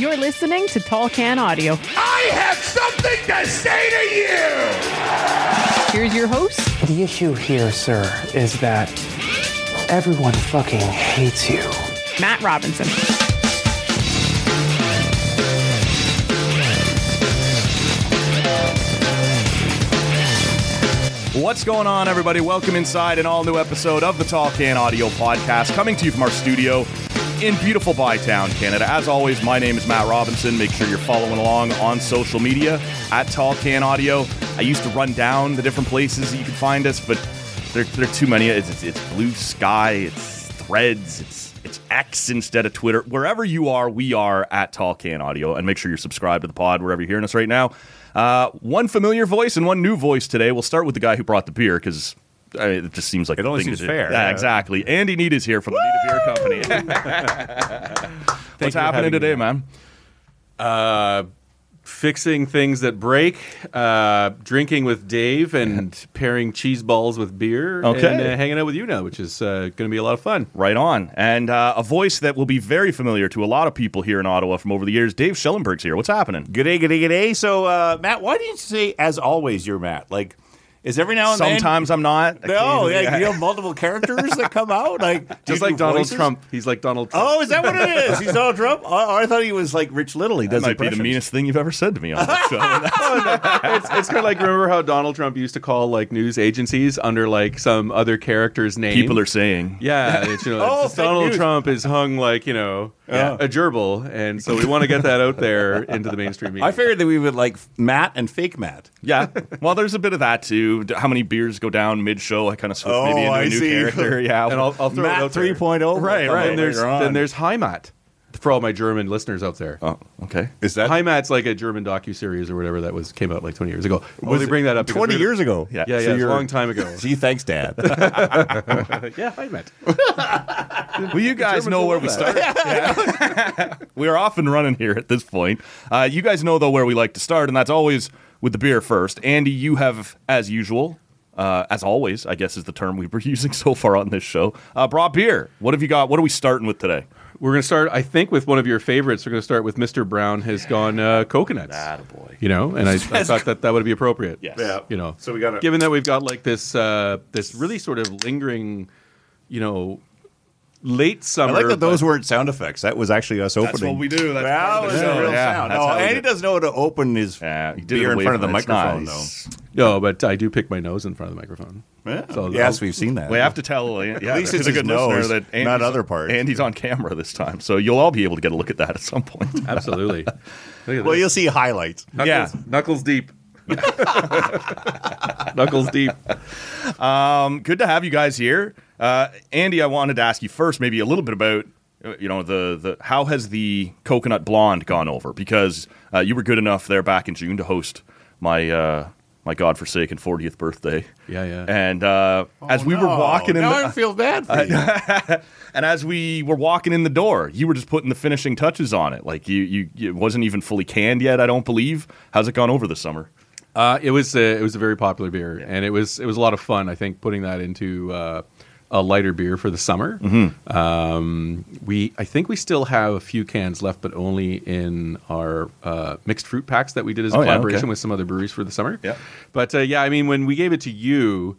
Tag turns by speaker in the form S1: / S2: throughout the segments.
S1: listening to Tall Can Audio.
S2: I have something to say to you!
S1: Here's your host,
S3: The issue here, sir, is that everyone fucking hates you.
S1: Matt Robinson.
S4: What's going on, everybody? Welcome inside an all new episode of the Tall Can Audio Podcast, coming to you from our studio in beautiful Bytown, Canada. As always, my name is Matt Robinson. Make sure you're following along on social media at Tall Can Audio. I used to run down the different places that you can find us, but there, there are too many. It's, it's, it's Blue Sky, it's Threads, it's it's X instead of Twitter. Wherever you are, we are at Tall Can Audio, and make sure you're subscribed to the pod wherever you're hearing us right now. Uh, one familiar voice and one new voice today. We'll start with the guy who brought the beer because it just seems like it
S5: only
S4: thing
S5: seems
S4: to do.
S5: fair,
S4: Yeah,
S5: yeah.
S4: exactly. Andy Need is here from the Need a Beer Company. What's
S5: for
S4: happening
S5: having me.
S4: today, man?
S5: fixing things that break, uh, drinking with Dave, and pairing cheese balls with beer,
S4: Okay.
S5: and uh, hanging out with you now, which is uh, going to be a lot of fun.
S4: Right on, and uh, a voice that will be very familiar to a lot of people here in Ottawa from over the years. Dave Schellenberg's here. What's happening?
S6: G'day, g'day, g'day. So, uh, Matt, why didn't you say, as always, you're Matt? Like, is every now and
S4: Sometimes I'm not.
S6: then. No,
S4: Occasionally,
S6: yeah, you have multiple characters that come out. Like, do you
S5: Just like
S6: do
S5: Donald
S6: voices?
S5: Trump, he's like Donald Trump.
S6: Oh, is that what it is? He's Donald Trump? Oh, I thought he was like Rich Little. He
S4: That
S6: does
S4: might be the
S6: impressions.
S4: meanest thing you've ever said to me on this show.
S5: Oh, it's, it's kind of like remember how Donald Trump used to call like news agencies under like some other character's name.
S4: People are saying.
S5: yeah, it's, you know,
S6: Oh,
S5: it's just
S6: fake
S5: Donald
S6: news.
S5: Trump is hung like you know
S6: Yeah.
S5: a gerbil, and so we want to get that out there into the mainstream media.
S6: I figured that we would like Matt and fake Matt.
S4: Yeah. Well, there's a bit of that too. D- How many beers go down mid show? I kind of switch
S6: Oh,
S4: maybe into a
S6: I
S4: new
S6: see.
S4: character. Yeah.
S5: and I'll, I'll throw it
S6: Matt
S5: out there.
S6: 3.0.
S4: Right,
S6: Come
S4: right.
S6: on,
S5: And there's
S6: later on.
S5: then there's Heimat for all my German listeners out there.
S4: oh, okay.
S6: Is that
S5: Heimat's like a German docu series or whatever that was came out like 20 years ago. Well,
S6: was
S5: they
S6: it
S5: bring that up because
S6: 20
S5: we're-
S6: years ago?
S4: Yeah.
S5: Yeah, yeah,
S4: So
S5: it's a
S6: you're-
S5: long time ago.
S6: Gee, thanks, Dad.
S5: yeah, Heimat.
S4: Well, you guys
S5: Germans
S4: know
S5: will
S4: where
S5: love
S4: we start. Yeah. we are off and running here at this point. Uh, you guys know though where we like to start, and that's always with the beer first. Andy, you have, as usual, uh, as always, I guess is the term we were using so far on this show. Uh, brought beer. What have you got? What are we starting with today?
S5: We're going to start, I think, with one of your favorites. We're going to start with Mr. Brown has gone uh, coconuts.
S4: Attaboy.
S5: You know, and I, I thought that that would be appropriate.
S4: Yes. Yeah.
S5: You know,
S6: So we gotta-
S5: given that we've got like this uh, this really sort of lingering, you know, late
S6: I
S5: summer.
S6: like that those
S5: but-
S6: weren't sound effects. That was actually us opening.
S4: That's what we do. That's
S6: That
S4: part of
S6: was
S4: the
S6: a
S4: show.
S6: real
S4: Yeah,
S6: sound.
S4: that's
S6: No,
S4: how we do
S6: Andy
S4: it.
S6: doesn't know how to open his
S4: Yeah, he Uh, did it
S6: beer in
S4: away
S6: front of the
S4: from it. It's
S6: microphone,
S4: nice.
S5: No, but I do pick my nose in front of the microphone.
S6: though. Yeah.
S5: So
S6: yes,
S5: I'll-
S6: we've seen that.
S4: We have to tell yeah, at
S6: least it's
S4: a
S6: his
S4: good listener
S6: nose,
S4: that
S6: not
S4: Andy's,
S6: other parts.
S4: Andy's on camera this time, so you'll all be able to get a look at that at some point.
S5: Absolutely. Look at
S6: Well,
S5: this.
S6: you'll see highlights.
S4: yeah.
S5: Knuckles deep. Knuckles deep.
S4: Um, good to have you guys here, uh, Andy. I wanted to ask you first, maybe a little bit about uh, you know the the how has the coconut blonde gone over? Because uh, you were good enough there back in June to host my. Uh, my godforsaken 40th birthday.
S5: Yeah, yeah.
S4: And uh, as we were walking in
S6: Oh, now
S4: the,
S6: I feel bad for you.
S4: And as we were walking in the door, you were just putting the finishing touches on it. Like you, you it wasn't even fully canned yet. I don't believe. How's it gone over the summer?
S5: Uh, it was a, it was a very popular beer, and it was it was a lot of fun. I think putting that into uh, a lighter beer for the summer.
S4: Mm-hmm.
S5: Um, we I think we still have a few cans left, but only in our uh, mixed fruit packs that we did as a
S4: Oh, yeah,
S5: collaboration
S4: okay.
S5: with some other breweries for the summer.
S4: Yeah.
S5: But uh, yeah, I mean, when we gave it to you,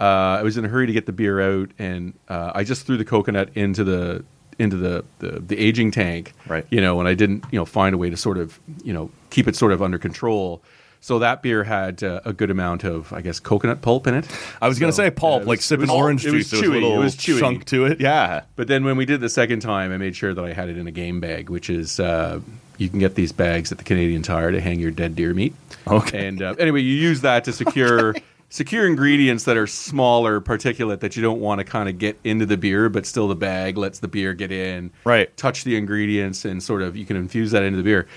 S5: uh, I was in a hurry to get the beer out, and uh, I just threw the coconut into the into the, the the aging tank.
S4: Right.
S5: You know, and I didn't you know find a way to sort of you know keep it sort of under control. So that beer had uh, a good amount of, I guess, coconut pulp in it.
S4: I was gonna
S5: So,
S4: say pulp,
S5: yeah, it
S4: like
S5: was-
S4: sipping
S5: it was-
S4: orange
S5: it was
S4: juice. There was a
S5: chewy, it
S4: little
S5: was chewy.
S4: chunk to it. Yeah.
S5: But then when we did the second time, I made sure that I had it in a game bag, which is uh, you can get these bags at the Canadian Tire to hang your dead deer meat.
S4: Okay.
S5: And uh, anyway, you use that to secure secure ingredients that are smaller particulate that you don't want to kind of get into the beer, but still the bag lets the beer get in.
S4: Right.
S5: Touch the ingredients and sort of you can infuse that into the beer.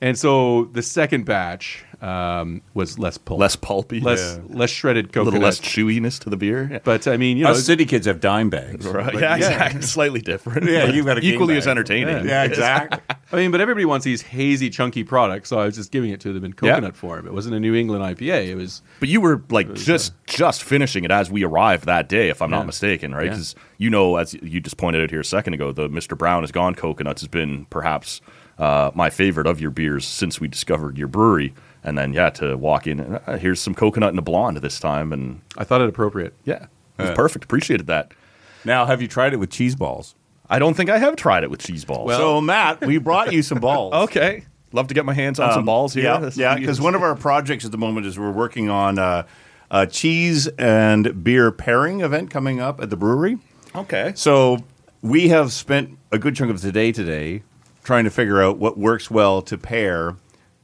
S5: And so the second batch um, was less pulp,
S4: Less pulpy.
S5: less
S4: Yeah.
S5: less shredded
S4: A
S5: coconut,
S4: little less chewiness to the beer. Yeah.
S5: but I mean, you know,
S6: Us city kids have dime bags.
S4: Right. Yeah, exactly. Slightly different.
S6: Yeah,
S4: but
S6: you've got a game
S4: equally
S6: bag.
S4: as entertaining.
S6: Yeah, exactly.
S5: I mean, but everybody wants these hazy, chunky products, so I was just giving it to them in coconut form. It wasn't a New England IPA. It was
S4: But you were like just just finishing it as we arrived that day, if I'm not
S5: Yeah.
S4: mistaken, right?
S5: Yeah.
S4: Because you know, as you just pointed out here a second ago, the Mr. Brown has gone coconuts has been perhaps. uh, my favorite of your beers since we discovered your brewery. And then, yeah, to walk in, and, uh, here's some coconut and a blonde this time. And
S5: I thought it appropriate.
S4: yeah, it was perfect. Appreciated that.
S6: Now, have you tried it with cheese balls?
S4: I don't think I have tried it with cheese balls.
S6: so, Matt, we brought you some balls.
S4: okay. Love to get my hands on some balls here.
S6: Yeah,
S4: That's-
S6: yeah. Because one of our projects at the moment is we're working on uh, a cheese and beer pairing event coming up at the brewery.
S4: Okay.
S6: So we have spent a good chunk of the day today trying to figure out what works well to pair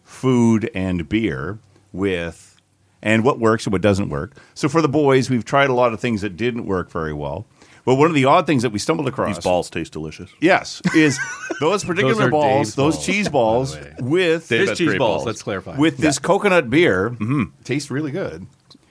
S6: food and beer with, and what works and what doesn't work. So for the boys, we've tried a lot of things that didn't work very well. But one of the odd things that we stumbled across
S4: These balls taste delicious.
S6: Yes, is those particular
S5: Those are
S6: balls,
S5: Dave's
S6: those
S5: balls, by
S6: cheese
S5: the
S6: balls
S5: way.
S4: Dave
S6: with
S5: There's
S4: has
S5: cheese
S4: great
S5: balls,
S4: balls. Mm-hmm.
S5: Let's clarify.
S6: with this coconut beer tastes really good.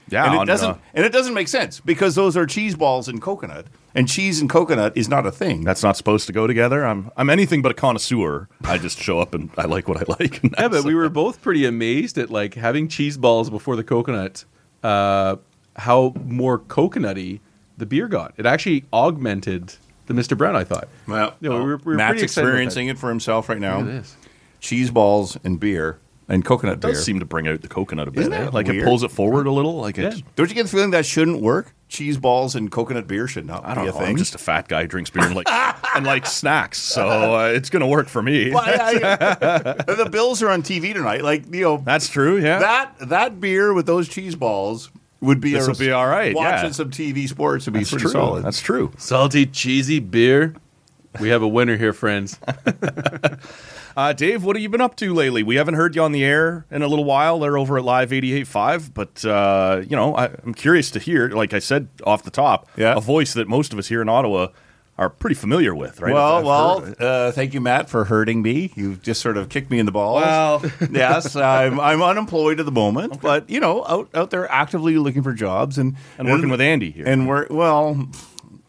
S4: Yeah,
S6: and it
S4: on,
S6: doesn't
S4: uh,
S6: and it doesn't make sense because those are cheese balls and coconut, and cheese and coconut is not a thing.
S4: That's not supposed to go together. I'm I'm anything but a connoisseur. I just show up and I like what I like. and
S5: yeah,
S4: that's-
S5: but we were both pretty amazed at like having cheese balls before the coconut. Uh, how more coconutty the beer got. It actually augmented the Mr. Brown. I thought.
S6: well, uh,
S5: you know, we were, we were
S6: Matt's
S5: pretty excited about that.
S6: experiencing it for himself right now.
S5: Look at this.
S6: Cheese balls and beer and coconut
S4: It does
S6: beer.
S4: seem to bring out the coconut a bit.
S6: Isn't
S4: eh?
S6: that
S4: Like it
S6: weird?
S4: pulls it forward a little. Like it's,
S5: Yeah.
S6: Don't you get the feeling that shouldn't work? Cheese balls and coconut beer should not
S4: I don't
S6: be
S4: know.
S6: a thing.
S4: I'm just a fat guy who drinks beer and like and likes snacks, so uh, it's gonna work for me.
S6: Well, I- I- the Bills are on TV tonight. Like you know,
S4: That's true. Yeah.
S6: that that beer with those cheese balls would be
S4: This
S6: a-
S4: would be all right,
S6: Watching
S4: yeah.
S6: some TV sports would be
S4: That's
S6: pretty
S4: true.
S6: solid.
S4: That's true.
S5: Salty, cheesy beer. We have a winner here, friends.
S4: Uh, Dave, what have you been up to lately? We haven't heard you on the air in a little while. They're over at Live 88.5, but, uh, you know, I, I'm curious to hear, like I said off the top,
S6: Yeah.
S4: a voice that most of us here in Ottawa are pretty familiar with, right?
S6: well,
S4: I've
S6: well,
S4: heard-
S6: uh, thank you, Matt, for hurting me. You've just sort of kicked me in the balls.
S4: Well.
S6: yes, I'm, I'm unemployed at the moment, but you know, out out there actively looking for jobs and
S4: And working with Andy here.
S6: And we're well,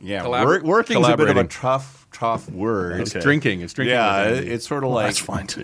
S6: yeah,
S5: Collab-
S6: work, working's a bit of a
S5: collaborating.
S6: tough, tough word.
S5: It's drinking. It's drinking.
S6: Yeah,
S5: with Andy.
S6: it's sort of like
S4: that's fine, too.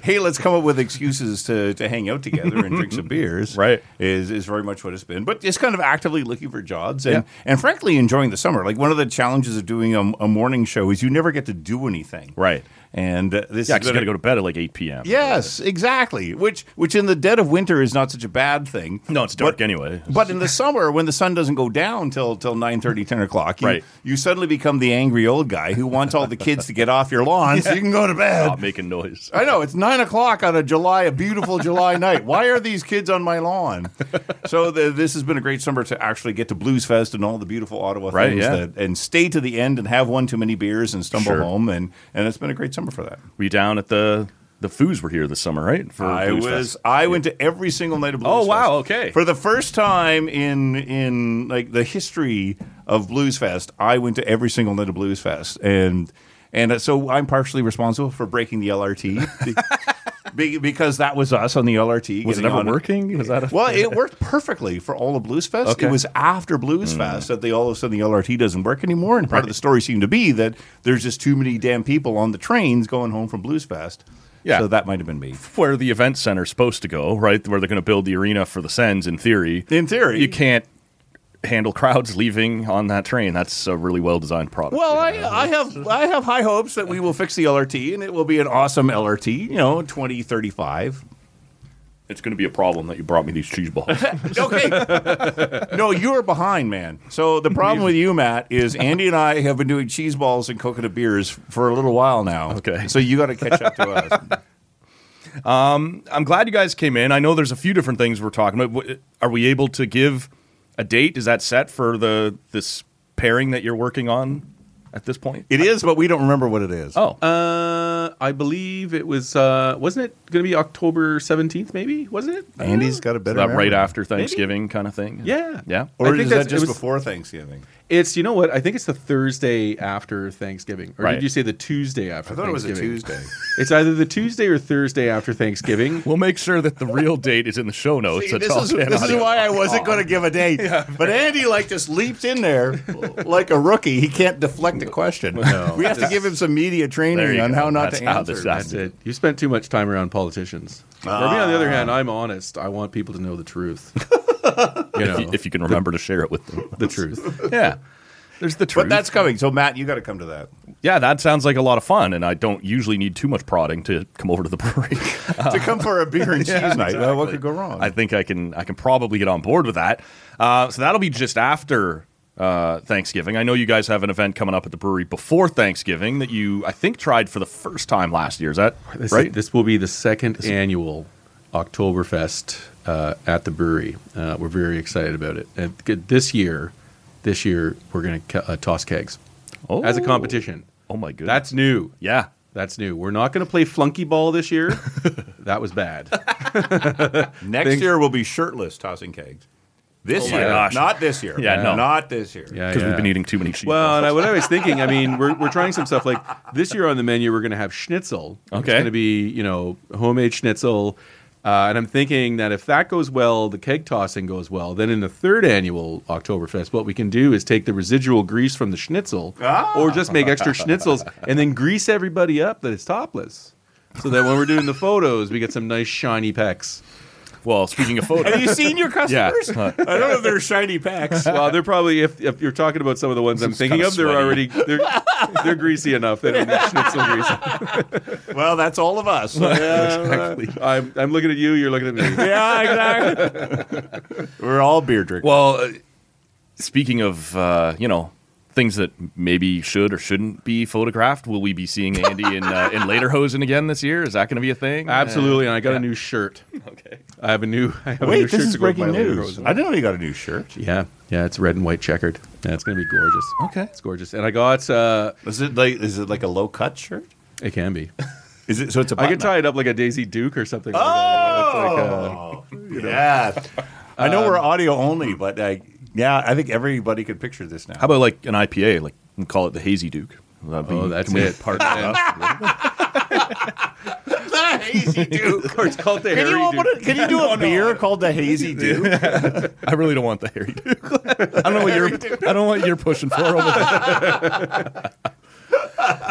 S6: hey, let's come up with excuses to, to hang out together and drink some beers.
S4: Right.
S6: Is is very much what it's been. But it's kind of actively looking for jobs and, and frankly enjoying the summer. Like one of the challenges of doing a, a morning show is you never get to do anything.
S4: Right.
S6: And uh, this
S4: yeah,
S6: is
S4: because you got to go to bed at like 8 p.m.
S6: Yes, exactly. Which which in the dead of winter is not such a bad thing.
S4: No, it's dark
S6: But-
S4: anyway.
S6: But in the summer, when the sun doesn't go down till till 9, 10 o'clock, you,
S4: Right.
S6: you suddenly become the angry old guy who wants all the kids to get off your lawn so you can go to bed.
S4: Stop making noise.
S6: I know it's nine o'clock on a July, a beautiful July night. Why are these kids on my lawn? So the, this has been a great summer to actually get to Blues Fest and all the beautiful Ottawa
S4: Right,
S6: things,
S4: yeah.
S6: that, and stay to the end and have one too many beers and stumble
S4: Sure.
S6: home, and and it's been a great summer for that.
S4: We down at the, the Foos were here this summer, right? For
S6: I
S4: Blues
S6: was.
S4: Fest.
S6: I went to every single night of Blues.
S4: Oh,
S6: Fest.
S4: wow, okay.
S6: For the first time in in like the history of Blues Fest, I went to every single night of Blues Fest, and and uh, so I'm partially responsible for breaking the LRT. be- Because that was us on the LRT.
S4: Was it
S6: getting
S4: ever
S6: on-
S4: working? Was that a-
S6: well, it worked perfectly for all of Blues Fest.
S4: Okay. Hmm.
S6: It was after Blues Fest that they all of a sudden the LRT doesn't work anymore. And part of the story seemed to be that there's just too many damn people on the trains going home from Blues Fest.
S4: Yeah.
S6: So that might have been me.
S4: where the event center's supposed to go, right? Where they're going to build the arena for the Sens, in theory.
S6: In theory.
S4: you can't handle crowds leaving on that train. That's a really well designed product.
S6: Well, I, I have I have high hopes that we will fix the LRT and it will be an awesome LRT, you know, 2035.
S4: it's going to be a problem that you brought me these cheese balls.
S6: Okay. no, you're behind, man. So the problem with you, Matt, is Andy and I have been doing cheese balls and coconut beers for a little while now.
S4: Okay.
S6: So you got to catch up to us.
S4: I'm glad you guys came in. I know there's a few different things we're talking about. W- Are we able to give a date? Is that set for the this pairing that you're working on at this point?
S6: It is, but we don't remember what it is.
S4: oh,
S5: Uh, I believe it was. Uh, wasn't it going to be October seventeenth? Maybe wasn't it?
S6: Andy's got a
S4: is
S6: better
S4: that right
S6: memory.
S4: after Thanksgiving kind of thing?
S5: Yeah,
S4: yeah.
S5: I
S6: Or
S5: think
S6: is
S5: that's-
S6: that
S5: it
S6: just
S5: was-
S6: before Thanksgiving?
S5: It's you know what? I think it's the Thursday after Thanksgiving, or
S4: Right.
S5: did you say the Tuesday after?
S6: I thought it was a
S5: Thanksgiving?
S6: Tuesday.
S5: It's either the Tuesday or Thursday after Thanksgiving.
S4: We'll make sure that the real date is in the show notes.
S6: See,
S4: That's
S6: this
S4: all
S6: is,
S4: I can
S6: this is
S4: audio.
S6: why I wasn't going to give a date. But Andy like just leaped in there like a rookie. He can't deflect a question. we have to give him some media
S4: There
S6: training
S4: you
S6: on
S4: go.
S6: how not
S4: That's
S6: to
S4: how
S6: answer.
S4: this happens.
S5: That's it. You spent too much time around politicians. For me, on the
S6: Ah.
S5: other hand, I'm honest. I want people to know the truth. you know,
S4: If you- if you can remember to share it with them.
S5: the truth.
S4: Yeah.
S5: There's the truth.
S6: But that's coming. So Matt, you got to come to that.
S4: Yeah, that sounds like a lot of fun, and I don't usually need too much prodding to come over to the brewery.
S6: to come for a beer and cheese night. Well, what could go wrong?
S4: I think I can I can probably get on board with that. Uh, so that'll be just after uh, Thanksgiving. I know you guys have an event coming up at the brewery before Thanksgiving that you I think tried for the first time last year. Is that
S5: This,
S4: right?
S5: This will be the second annual Oktoberfest uh, at the brewery. Uh, we're very excited about it. And g- this year, this year we're going to uh, toss kegs
S4: oh.
S5: as a competition.
S4: Oh my goodness.
S5: That's new.
S4: yeah.
S5: That's new. We're not going to play flunky ball this year. that was bad.
S6: Next year we'll be shirtless tossing kegs. This
S4: Oh my
S6: year,
S4: gosh.
S6: not this year.
S4: Yeah, no.
S6: not this year.
S5: Yeah,
S4: Because
S5: yeah.
S4: we've been eating too many cheese.
S5: Well, and I, what I was thinking, I mean, we're, we're trying some stuff like this year on the menu, we're going to have schnitzel. It's
S4: Okay.
S5: going to be, you know, homemade schnitzel. Uh, and I'm thinking that if that goes well, the keg tossing goes well, then in the third annual Oktoberfest, what we can do is take the residual grease from the schnitzel or just make extra schnitzels and then grease everybody up that is topless. So that when we're doing the photos, we get some nice shiny pecs.
S4: well, speaking of photos,
S6: Have you seen your customers?
S4: Yeah.
S6: I don't know if they're shiny packs.
S5: Well, they're probably if, if you're talking about some of the ones I'm thinking
S4: kinda
S5: of, they're
S4: sweaty.
S5: already they're they're greasy enough. They don't need schnitzel grease.
S6: well, that's all of us.
S5: exactly. I'm, I'm looking at you. You're looking at me.
S6: yeah, exactly. We're all beer drinkers.
S4: well, uh, speaking of uh, you know things that maybe should or shouldn't be photographed, will we be seeing Andy in uh, in Lederhosen again this year? Is that going to be a thing?
S5: Absolutely. And I got a new shirt.
S4: Okay.
S5: I have a new. I have a new
S6: Wait, this
S5: shirt
S6: is
S5: to go with
S6: breaking
S5: my Lady
S6: news.
S5: Rose.
S6: I didn't know you got a new shirt.
S5: Yeah, yeah. It's red and white checkered. Yeah, it's gonna be gorgeous.
S4: Okay.
S5: it's gorgeous. And I got. uh
S6: Is it like is it like a low cut shirt?
S5: It can be.
S6: Is it so it's a
S5: I could
S6: button-up?
S5: tie it up like a Daisy Duke or something. like that. It's like, uh,
S6: Oh, yeah. Um, I know we're audio only, but uh, yeah, I think everybody could picture this now.
S4: How about like an IPA? Like we call it the Hazy Duke. Would that be-
S5: oh, that's
S4: can we-
S5: it. Part of
S6: the Hazy Duke?
S5: It's called the
S6: Can
S5: Harry
S6: you,
S5: Duke.
S6: what- can you do a beer called the Hazy Duke?
S4: I really don't want the Harry Duke. I don't know what you're. I don't want you're pushing for. Over there.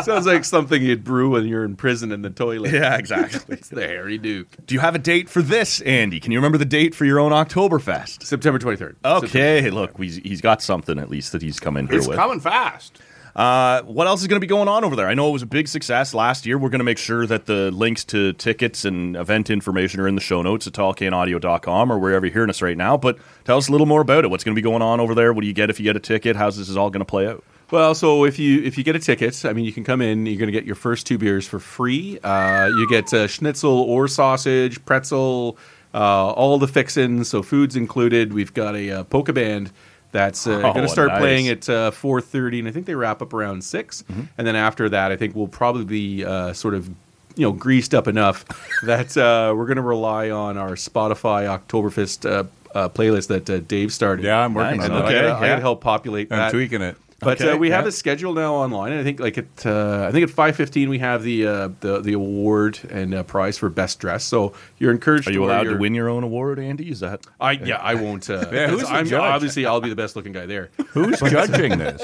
S5: Sounds like something you'd brew when you're in prison in the toilet.
S4: yeah, exactly.
S5: It's the Harry Duke.
S4: Do you have a date for this, Andy? Can you remember the date for your own Oktoberfest?
S5: September 23rd.
S4: Okay, look, he's, he's got something at least that he's come in here with.
S6: fast.
S4: Uh, what else is going to be going on over there? I know it was a big success last year. We're going to make sure that the links to tickets and event information are in the show notes at tallcanaudio.com or wherever you're hearing us right now. But tell us a little more about it. What's going to be going on over there? What do you get if you get a ticket? How's this is all going to play out?
S5: Well, so if you if you get a ticket, I mean, you can come in. You're going to get your first two beers for free. Uh, you get uh, schnitzel or sausage, pretzel, uh, all the fixins. So food's included. We've got a uh, polka band that's uh,
S4: Oh,
S5: going to start
S4: nice.
S5: playing at uh, 4.30 and i think they wrap up around 6
S6: Mm-hmm.
S5: and then after that i think we'll probably be uh, sort of you know greased up enough that uh, we're going to rely on our spotify oktoberfest uh, uh, playlist that uh, dave started
S6: Yeah, I'm working
S5: Nice.
S6: on it.
S5: I gotta-
S4: Okay,
S5: i
S4: yeah.
S5: gotta help populate
S6: I'm
S5: that
S6: tweaking it.
S5: but
S4: Okay,
S5: uh, we have
S4: yeah.
S5: a schedule now online, and I think like at uh, I think at five fifteen we have the uh, the the award and uh, prize for best dress. So you're encouraged.
S4: Are you
S5: wear
S4: allowed to
S5: your-
S4: win your own award, Andy? Is that
S5: I yeah, I won't. Uh,
S6: Yeah, who's the
S5: I'm,
S6: judge?
S5: obviously, I'll be the best looking guy there.
S6: Who's judging this?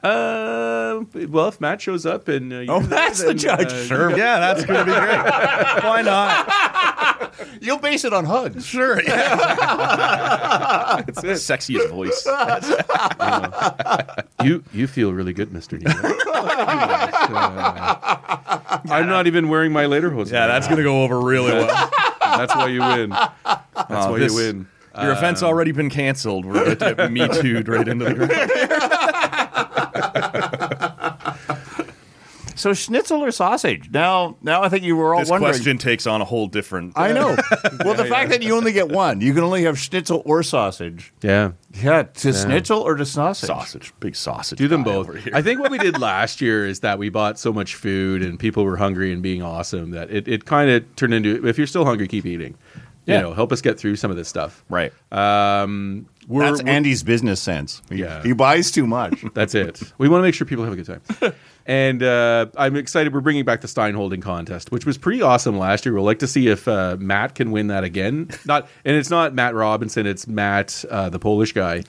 S5: Uh, well, if Matt shows up and uh, you're
S6: Oh,
S5: there,
S6: that's the
S5: then,
S6: judge.
S5: uh,
S6: Sure.
S4: Yeah, that's going to be great. Why not?
S6: You'll base it on hugs.
S4: Sure.
S5: that's it.
S4: Sexiest voice.
S5: You you feel really good, Mister. Neal. uh, I'm not even wearing my later hose.
S4: Yeah, that's going to go over really well.
S5: that's why you win. That's
S4: Uh,
S5: why
S4: this-
S5: you win.
S4: Your offense already been canceled. We're going to me too right into the ground.
S6: So schnitzel or sausage? Now, now I think you were all
S4: This
S6: wondering.
S4: question takes on a whole different.
S6: I know. Well, the fact that you only get one, you can only have schnitzel or sausage.
S5: yeah.
S6: Yeah, to schnitzel or to sausage.
S4: sausage, big sausage.
S5: Do them
S4: guy
S5: both.
S4: over here.
S5: I think what we did last year is that we bought so much food and people were hungry and being awesome that it, it kind of turned into if you're still hungry, keep eating.
S4: Yeah.
S5: You know, help us get through some of this stuff.
S4: Right.
S5: Um, we're,
S6: That's
S5: we're-
S6: Andy's business sense. He,
S5: Yeah.
S6: he buys too much.
S5: that's it. We want to make sure people have a good time. and uh, I'm excited. We're bringing back the Stein holding contest, which was pretty awesome last year. We'll like to see if uh, Matt can win that again. Not, and it's not Matt Robinson. It's Matt, uh, the Polish guy.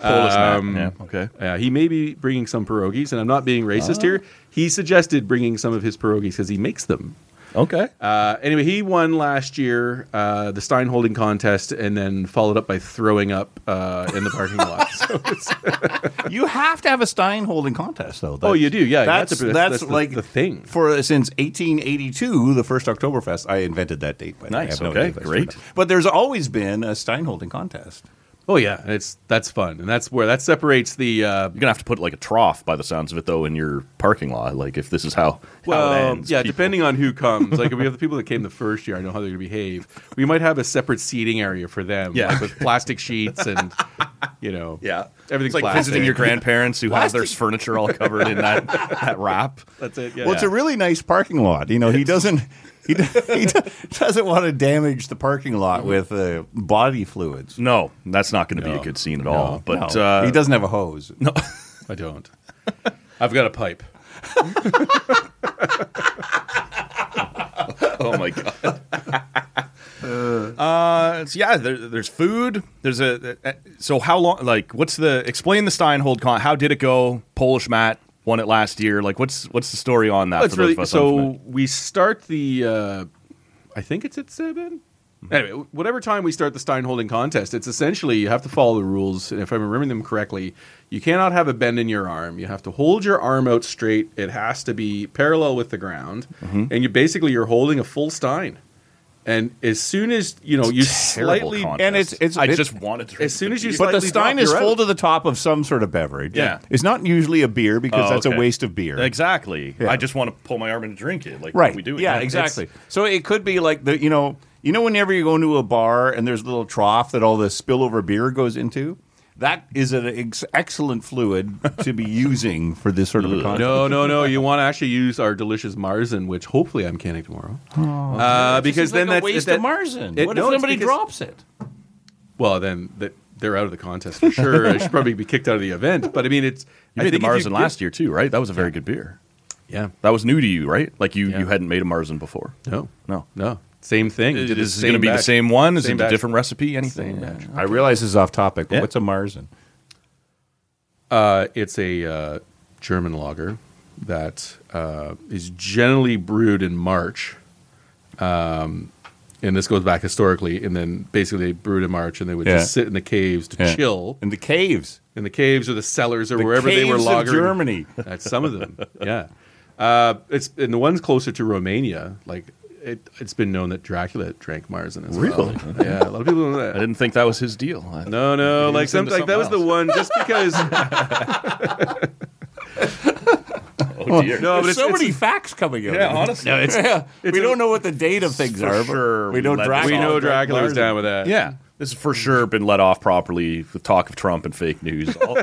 S4: Polish man,
S5: Um,
S4: yeah, okay.
S5: Uh, he may be
S6: Oh.
S5: bringing some pierogies, and I'm not being racist here. He suggested bringing some of his pierogies because he makes them.
S4: Okay.
S5: Uh, anyway, he won last year uh, the Stein holding contest, and then followed up by throwing up uh, in the parking lot. So it's,
S6: You have to have a Stein holding contest, though.
S5: Oh, you do, yeah, you have
S6: That's,
S5: to-
S6: that's,
S5: that's- that's the-
S6: like
S5: the thing.
S6: for since 1882, the first Oktoberfest. I invented that date. By the way. I
S4: Nice,
S6: have no
S4: okay,
S6: idea if I still
S4: great.
S6: know. But there's always been a Stein holding contest.
S5: oh yeah, and it's that's fun, and that's where that separates the. Uh,
S4: You're gonna have to put like a trough by the sounds of it though in your parking lot. Like if this is how, how it
S5: well,
S4: ends.
S5: yeah,
S4: People-
S5: depending on who comes. Like, if we have the people that came the first year, I know how they're going to behave. We might have a separate seating area for them,
S4: Yeah.
S5: like with plastic sheets and, you know,
S4: Yeah,
S5: everything's
S4: It's like
S5: plastic.
S4: visiting your grandparents who have their furniture all covered in that that wrap.
S5: That's it. Yeah.
S6: Well, it's a really nice parking lot. You know, he doesn't. He, do- he do- doesn't want to damage the parking lot with uh, body fluids.
S4: No, that's not going to be a good scene at all. But uh,
S6: he doesn't have a hose. No,
S5: I don't. I've got a pipe.
S4: Oh my god. uh, so yeah, there, there's food. There's a. uh, So how long? Like, what's the? Explain the Steinhold con. How did it go? Polish Matt won it last year. Like, what's what's the story on that?
S5: Well, Oh, it's
S4: for those
S5: really
S4: of us
S5: so
S4: unfamiliar?
S5: we start the. Uh, I think it's at seven.
S4: Mm-hmm.
S5: Anyway, whatever time we start the Stein holding contest, it's essentially you have to follow the rules. And if I'm remembering them correctly, you cannot have a bend in your arm. You have to hold your arm out straight. It has to be parallel with the ground,
S4: Mm-hmm.
S5: and you basically you're holding a full Stein. And as soon as you know you
S4: Terrible
S5: slightly,
S4: contest.
S6: and it's it's
S4: I
S6: it's-
S4: just wanted to.
S5: as soon as you
S6: But the
S5: slightly
S6: stein
S5: drop,
S6: is
S5: you're out.
S6: full to the top of some sort of beverage.
S4: Yeah.
S6: It's not usually a beer because
S4: Oh,
S6: that's
S4: okay.
S6: a waste of beer.
S4: exactly.
S6: Yeah.
S4: I just want to pull my arm and drink it. Like
S6: Right.
S4: we do. it.
S6: Yeah,
S4: it's-
S6: exactly. So it could be like the you know you know whenever you go into a bar and there's a little trough that all the spillover beer goes into. That is an ex- excellent fluid to be using for this sort of a contest.
S5: No, no, no. You want to actually use our delicious Marzen, which hopefully I'm canning tomorrow.
S4: Oh,
S5: uh, because then that's that- it- no, it's because-
S6: it?
S5: Well, then that they're out of the contest for sure. I should probably be kicked out of the event. But I mean, it's
S4: You
S5: I
S4: made the
S5: think if
S4: Marzen
S5: you-
S4: last year too, right? That was a very good beer.
S5: Yeah.
S4: That was new to you, right? Like you,
S5: Yeah.
S4: you hadn't made a Marzen before.
S5: No.
S4: No.
S5: No. Same thing.
S4: Is
S5: Did the
S4: this
S5: same
S4: going to be the
S5: batch.
S4: same one? Is
S5: Same
S4: it a
S5: batch.
S4: different recipe? Anything? Yeah.
S6: I realize this is off topic, but
S4: Yeah.
S6: what's a Marzen?
S5: Uh, it's a uh, German lager that uh, is generally brewed in March. Um, and this goes back historically. And then basically they brewed in March and they would
S6: Yeah.
S5: just sit in the caves to
S6: Yeah.
S5: chill.
S6: In the caves.
S5: in the caves or the cellars or
S6: The
S5: wherever they were
S6: caves of
S5: lagering.
S6: Germany.
S5: That's some of them. Yeah, uh, it's and the ones closer to Romania, like it, it's been known that Dracula drank Marzen as
S4: Really?
S5: well. Yeah, a lot of people don't know
S4: I
S5: that.
S4: didn't think that was his deal. I-
S5: No, no,
S4: Maybe
S5: like
S4: he's into
S5: some, like that was the
S4: something
S5: one just because.
S4: Oh dear.
S5: No, but
S6: There's
S5: it's,
S6: so
S5: it's-
S6: many facts coming out.
S4: Yeah, honestly. No, it's-
S6: Yeah.
S5: it's
S6: we
S5: a-
S6: don't know what the date of things
S4: for
S6: are. but
S4: sure
S6: we know
S4: let this
S6: Dracula.
S5: we
S4: all
S5: know
S4: drank
S5: Dracula was
S4: Marzen.
S5: down with that.
S4: Yeah. This has for sure been let off properly with talk of Trump and fake news. All,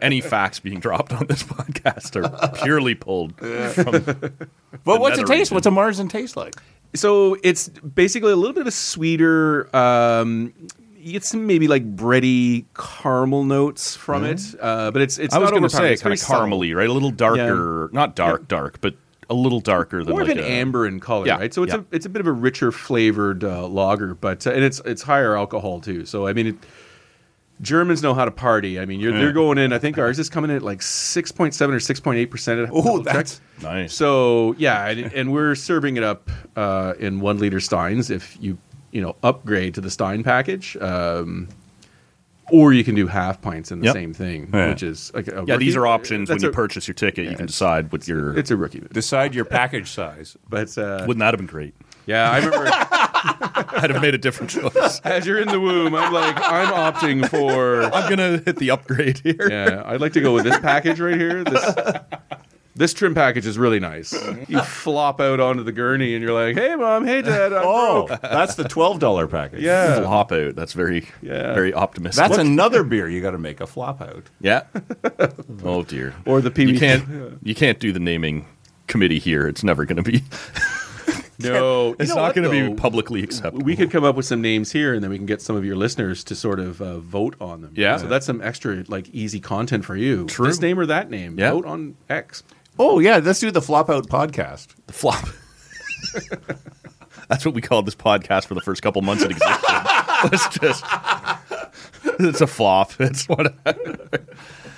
S4: any facts being dropped on this podcast are purely pulled from.
S6: But what's it
S4: Another
S6: taste?
S4: reason.
S6: What's a Marzen taste like?
S5: So it's basically a little bit of sweeter. Um, you get some maybe like bready caramel notes from it, uh, but it's it's
S4: Mm-hmm. I was
S5: not
S4: going to
S5: overpowering.
S4: say
S5: It's
S4: kind of
S5: very subtle.
S4: caramely, right? A little darker, not dark, dark, but a little darker than
S5: more
S4: like
S5: of an
S4: a-
S5: amber in color,
S4: Yeah,
S5: right? So it's
S4: yeah.
S5: a it's a bit of a richer flavored uh, lager, but uh, and it's it's higher alcohol too. So I mean, it, Germans know how to party. I mean, you're, they're going in. I think ours is coming in at like six point seven or six point eight percent.
S6: Oh, that's-
S4: Nice.
S5: So yeah, and, and we're serving it up uh, in one liter steins. If you you know upgrade to the stein package. Um, or you can do half pints in the
S4: Yep.
S5: same thing,
S6: Yeah.
S5: which is like a
S4: Yeah, these
S5: rookie-
S4: are options when
S5: that's
S4: you
S5: a-
S4: purchase your ticket. you can decide what your.
S5: It's a rookie,
S6: Decide your package size.
S5: but uh,
S4: wouldn't that have been great?
S5: yeah, I remember.
S4: I'd have made a different choice.
S5: as you're in the womb, I'm like, I'm opting for.
S4: I'm gonna hit the upgrade here.
S5: Yeah, I'd like to go with this package right here. This this trim package is really nice. You flop out onto the gurney and you're like, "Hey, mom. Hey, dad. I'm
S6: Oh,
S5: broke."
S6: that's the twelve dollar package.
S5: Yeah.
S4: Flop out. That's very,
S5: Yeah.
S4: very optimistic.
S6: that's another beer you got to make a flop out.
S4: yeah. Oh dear.
S5: Or the
S4: you
S5: PB.
S4: can't, you can't do the naming committee here. It's never going to be.
S5: No,
S4: It's not going to be publicly accepted.
S5: We could come up with some names here, and then we can get some of your listeners to sort of uh, vote on them.
S4: Yeah.
S5: So that's some extra like easy content for you.
S4: True.
S5: This name or that name.
S4: Yeah.
S5: Vote on X.
S6: Oh yeah, let's do the flop out podcast.
S4: flop. That's what we called this podcast for the first couple months it existed. Let's just. It's a flop. It's what.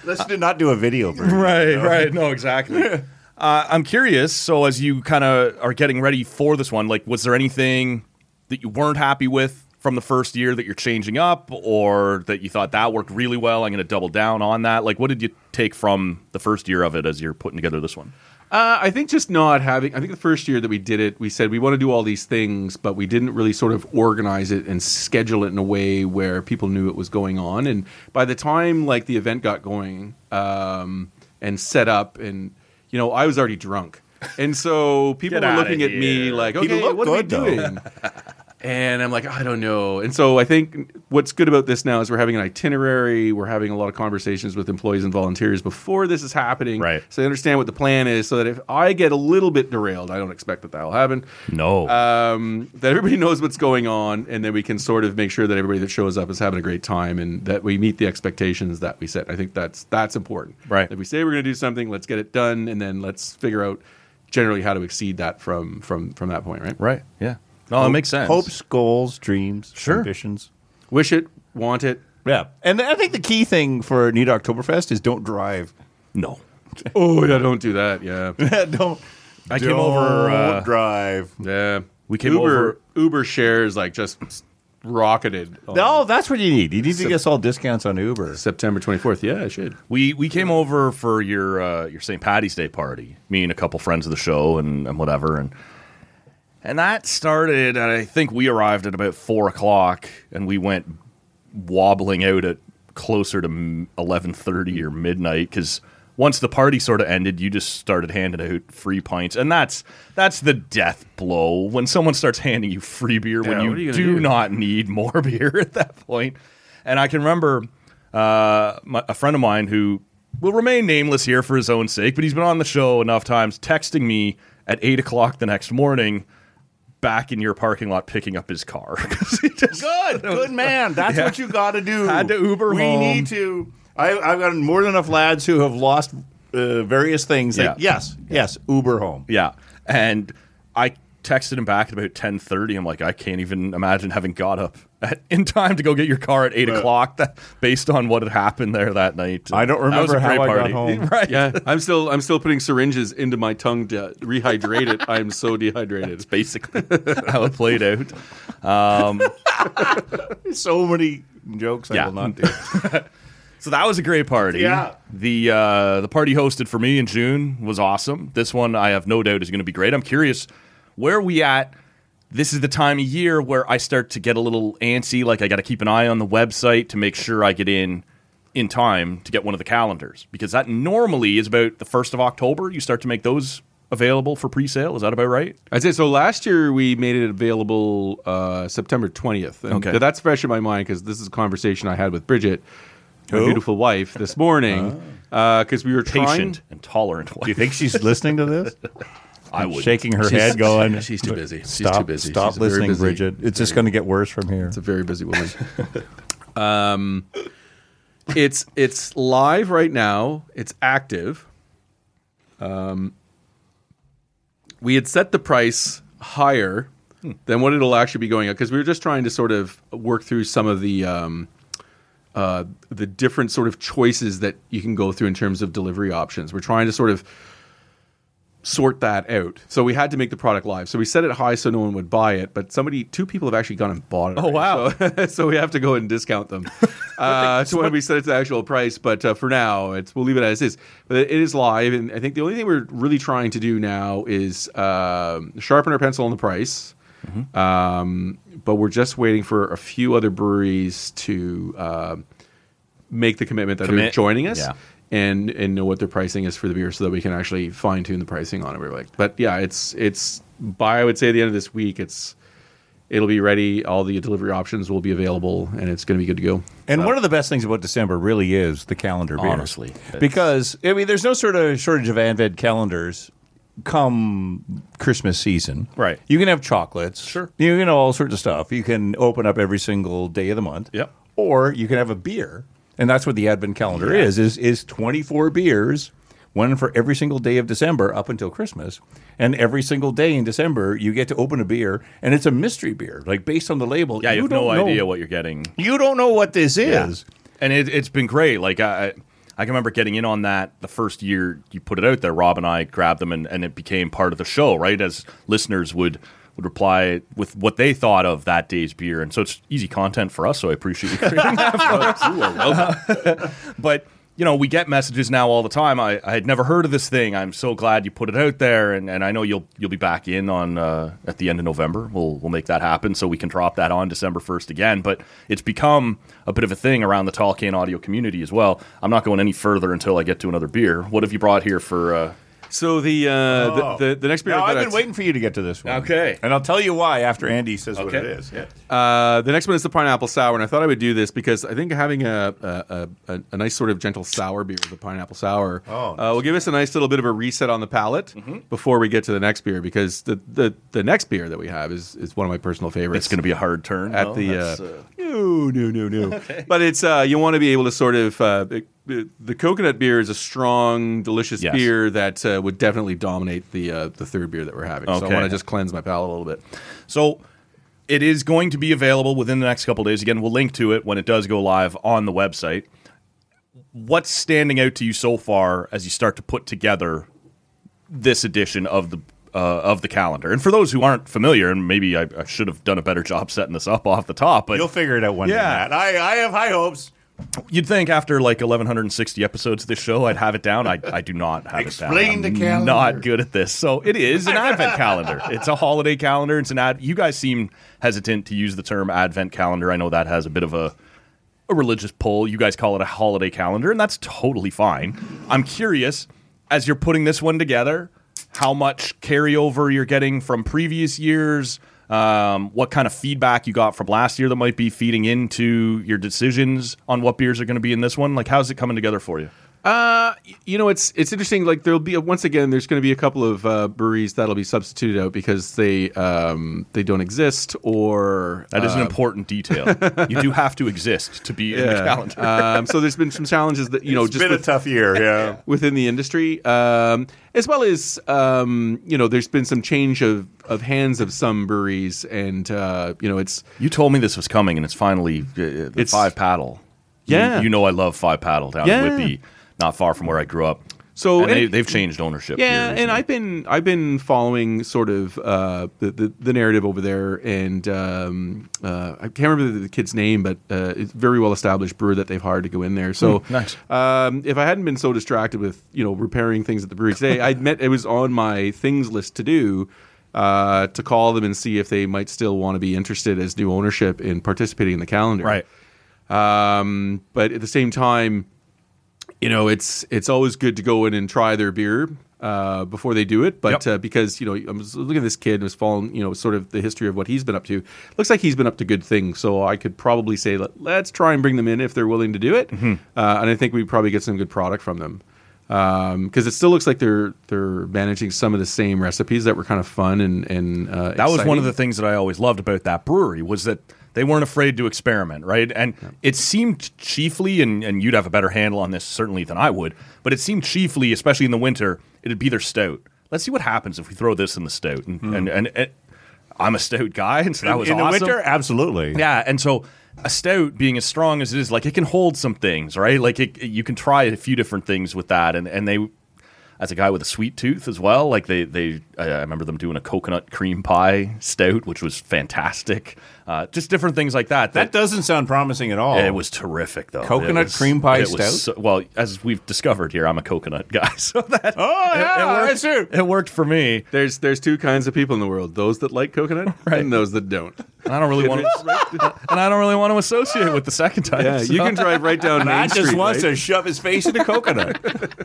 S6: Let's do, not do a video version.
S4: Right, right. No, exactly. Uh, I'm curious. So, as you kind of are getting ready for this one, like, was there anything that you weren't happy with from the first year that you're changing up, or that you thought that worked really well? I'm going to double down on that. Like, what did you take from the first year of it as you're putting together this one?
S5: Uh, I think just not having. I think the first year that we did it, we said we want to do all these things, but we didn't really sort of organize it and schedule it in a way where people knew it was going on. And by the time like the event got going um, and set up, and you know, I was already drunk, and so people
S4: Get
S5: were
S4: outta
S5: looking at me
S4: here.
S5: like,
S6: You
S5: "Okay,
S6: look
S5: what are we
S6: good, though."
S5: doing?" and I'm like, I don't know. And so I think what's good about this now is we're having an itinerary. We're having a lot of conversations with employees and volunteers before this is happening.
S4: Right.
S5: So they understand what the plan is so that if I get a little bit derailed, I don't expect that that'll happen,
S4: No.
S5: um, that everybody knows what's going on. And then we can sort of make sure that everybody that shows up is having a great time and that we meet the expectations that we set. I think that's, that's important.
S4: Right.
S5: If we say we're going to do something, let's get it done. And then let's figure out generally how to exceed that from, from, from that point. Right.
S4: right. Yeah.
S6: Oh,
S4: No, it makes sense.
S6: Hopes, goals, dreams,
S4: Sure.
S6: ambitions.
S5: Wish it, want it,
S6: Yeah. And I think the key thing for Need Oktoberfest is don't drive.
S4: No.
S5: Oh yeah, don't do that. Yeah,
S6: don't.
S4: I came over, uh,
S6: don't drive.
S5: yeah. We
S4: came
S5: Uber,
S4: over-
S5: Uber shares like just rocketed. on
S6: No, Oh, that's what you need. You need to get us all discounts on Uber.
S5: September twenty fourth. Yeah, I should.
S4: We we came over for your uh, your St. Patty's Day party, me and a couple friends of the show and, and whatever, and and that started. And I think we arrived at about four o'clock, and we went wobbling out at closer to eleven thirty or midnight because once the party sort of ended, you just started handing out free pints, and that's that's the death blow when someone starts handing you free beer
S5: Yeah,
S4: when you,
S5: what are you gonna
S4: do
S5: do?
S4: not need more beer at that point. And I can remember uh, my, a friend of mine who will remain nameless here for his own sake, but he's been on the show enough times, texting me at eight o'clock the next morning. Back in your parking lot, picking up his car. 'Cause he just-
S6: Good, good man. That's
S4: Yeah.
S6: what you got to do.
S4: Had to Uber
S6: We
S4: home.
S6: need to. I, I've got more than enough lads who have lost uh, various things.
S4: Yeah.
S6: Like, yes, yes, Uber home.
S4: Yeah, and I texted him back at about ten thirty. I'm like, I can't even imagine having got up at, in time to go get your car at eight
S6: Right.
S4: o'clock. That based on what had happened there that night.
S6: I don't
S4: That was a
S6: remember
S4: great
S6: how I got
S4: party.
S6: home.
S4: right?
S5: Yeah, I'm still I'm still putting syringes into my tongue to rehydrate it. I'm so dehydrated.
S4: It's basically how it played out. Um,
S6: So many jokes
S4: Yeah.
S6: I will not do.
S4: so that was a great party.
S6: Yeah.
S4: The uh, the party hosted for me in June was awesome. This one I have no doubt is going to be great. I'm curious where are we at. This is the time of year where I start to get a little antsy. Like I got to keep an eye on the website to make sure I get in in time to get one of the calendars because that normally is about the first of October. You start to make those available for pre-sale. Is that about right?
S5: I'd say so. Last year we made it available uh, September twentieth.
S4: Okay.
S5: that's fresh in my mind because this is a conversation I had with Bridget, my
S6: Who?
S5: beautiful wife, this morning. Because we were trying,
S4: Ah. Patient and tolerant.
S6: Do you think she's listening to this?
S4: I would
S6: Shaking her head, going,
S5: She's too busy. She's
S6: "Stop,
S5: too busy.
S6: stop
S5: She's a very
S6: listening,
S5: busy-
S6: Bridget. It's just going to get worse from here."
S5: It's a very busy woman. um, it's it's live right now. It's active. Um, we had set the price higher than what it'll actually be going at because we were just trying to sort of work through some of the um, uh, the different sort of choices that you can go through in terms of delivery options. We're trying to sort of sort that out. So we had to make the product live. So we set it high so no one would buy it, but somebody, two people have actually gone and bought it. Oh
S4: wow.
S5: So, so we have to go and discount them. uh, so when we set it to the actual price, but uh, for now, it's we'll leave it as is. But it is live, and I think the only thing we're really trying to do now is um sharpen our pencil on the price. Um, but we're just waiting for a few other breweries to um make the commitment that they're
S4: Commit.
S5: joining us
S4: Yeah.
S5: and and know what their pricing is for the beer so that we can actually fine tune the pricing on it. We're like, but yeah, it's it's by I would say the end of this week, it's it'll be ready. All the delivery options will be available, and it's going to be good to go.
S6: And one of the best things about December really is the calendar beer.
S4: Honestly, it's-
S6: Because I mean there's no sort of shortage of Advent calendars come Christmas season.
S4: Right.
S6: You can have chocolates.
S4: Sure.
S6: You can have all sorts of stuff. You can open up every single day of the month.
S4: Yep.
S6: Or you can have a beer. And that's what the Advent calendar is, is is 24 beers, one for every single day of December up until Christmas. And every single day in December you get to open a beer and it's a mystery beer. Like based on the label.
S4: Yeah, you, have
S6: don't
S4: no
S6: know-
S4: idea what you're getting.
S6: you don't know what this is.
S4: And it, it's been great. Like I, I can remember getting in on that the first year you put it out there. Rob and I grabbed them, and, and it became part of the show, right? As listeners would would reply with what they thought of that day's beer, and so it's easy content for us. So I appreciate you creating that. For us. but you know, we get messages now all the time. I, I had never heard of this thing. I'm so glad you put it out there, and, and I know you'll you'll be back in on uh, at the end of November. We'll we'll make that happen so we can drop that on December first again. But it's become a bit of a thing around the Talkan audio community as well. I'm not going any further until I get to another beer. What have you brought here for? Uh,
S5: So the uh, the, the the next beer
S6: Oh. Now,
S5: I
S6: I've
S5: got
S6: been waiting for you to get to this one.
S4: Okay.
S6: And I'll tell you why after Andy says what it
S4: Okay.
S6: is. Yeah.
S5: Uh, the next one is the pineapple sour, and I thought I would do this because I think having a a, a, a- a nice sort of gentle sour beer with a pineapple sour
S6: Oh,
S5: uh, will give us a nice little bit of a reset on the palate
S4: Mm-hmm.
S5: before we get to the next beer because the, the, the next beer that we have is is one of my personal favorites.
S4: it's going to be a hard turn
S5: at
S4: though.
S5: the
S4: That's,
S5: uh, no no no no. But it's uh, you want to be able to sort of uh, it- it- the coconut beer is a strong, delicious
S4: Yes.
S5: beer that uh, would definitely dominate the uh, the third beer that we're having. So I
S4: Okay.
S5: want to just cleanse my palate a little bit.
S4: So it is going to be available within the next couple days. Again, we'll link to it when it does go live on the website. What's standing out to you so far as you start to put together this edition of the uh, of the calendar? And for those who aren't familiar, and maybe I, I should have done a better job setting this up off the top, but
S6: You'll figure it out one day.
S4: Yeah.
S6: Matt. I, I have high hopes.
S4: you'd think after like 1160 episodes of this show, I'd have it down. I, I do not have
S2: Explain
S4: it down.
S2: the
S4: I'm
S2: calendar.
S4: Not good at this. So it is an advent calendar. It's a holiday calendar. It's an ad. You guys seem hesitant to use the term advent calendar. I know that has a bit of a a religious pull. You guys call it a holiday calendar, and that's totally fine. I'm curious as you're putting this one together, how much carryover you're getting from previous years. Um, what kind of feedback you got from last year that might be feeding into your decisions on what beers are going to be in this one? Like, how's it coming together for you?
S5: Uh, y- you know, it's it's interesting. Like there'll be once again, there's going to be a couple of uh, breweries that'll be substituted out because they um, they don't exist or
S4: That is
S5: uh,
S4: an important detail. you do have to exist to be in the
S5: yeah.
S4: calendar.
S5: um, so there's been some challenges that you know
S6: It's
S5: just
S6: been a
S5: with-
S6: tough year. Yeah.
S5: within the industry, um, as well as um, you know, there's been some change of of hands of some breweries, and uh, you know, it's
S4: you told me this was coming, and it's finally uh, the
S5: It's-
S4: five paddle.
S5: Yeah.
S4: you, you know I love five paddle down
S5: Yeah.
S4: in Whitby, not far from where I grew up.
S5: So-
S4: and they,
S5: and-
S4: they've changed ownership.
S5: Yeah,
S4: here
S5: and
S4: recently.
S5: I've been I've been following sort of uh, the, the the narrative over there, and um, uh, I can't remember the, the kid's name, but uh, it's a very well established brewer that they've hired to go in there. So
S4: Hmm, nice.
S5: Um, if I hadn't been so distracted with you know repairing things at the brewery today, I met it was on my things list to do. Uh, to call them and see if they might still want to be interested as new ownership in participating in the calendar.
S4: right.
S5: Um, but at the same time, you know, it's it's always good to go in and try their beer uh, before they do it. But
S4: Yep.
S5: uh, because you know, I was looking at this kid and was following, you know, sort of the history of what he's been up to. Looks like he's been up to good things. So I could probably say let, let's try and bring them in if they're willing to do it.
S4: Mm-hmm.
S5: Uh, and I think we probably get some good product from them because it still looks like they're they're managing some of the same recipes that were kind of fun and and uh,
S4: That was one of
S5: exciting.
S4: the things that I always loved about that brewery was that they weren't afraid to experiment, right? And it seemed chiefly, and, and you'd have a better handle on this certainly than I would, but it seemed chiefly, especially in the winter, it'd be their stout. Let's see what happens if we throw this in the stout. And, and, and, and I'm a stout guy, and so that was
S6: in
S4: awesome.
S6: the winter, absolutely.
S4: Yeah, and so a stout being as strong as it is, like it can hold some things, right? Like it, you can try a few different things with that, and and they. As a guy with a sweet tooth as well, like they, they I I remember them doing a coconut cream pie stout, which was fantastic. Uh, just different things like that.
S6: That doesn't sound promising at all.
S4: It was terrific, though.
S6: Coconut
S4: It was-
S6: cream pie
S4: it was
S6: stout?
S4: so- well, as we've discovered here, I'm a coconut guy, so that
S6: Oh, yeah,
S4: worked,
S6: that's true.
S4: It worked for me.
S5: There's there's two kinds of people in the world: those that like coconut and those that don't.
S4: And I don't really want to, and I don't really want to associate with the second type.
S5: Yeah, you
S4: so
S5: can drive right down Main
S6: Matt
S5: Street.
S6: just wants
S5: right?
S6: to shove his face into coconut.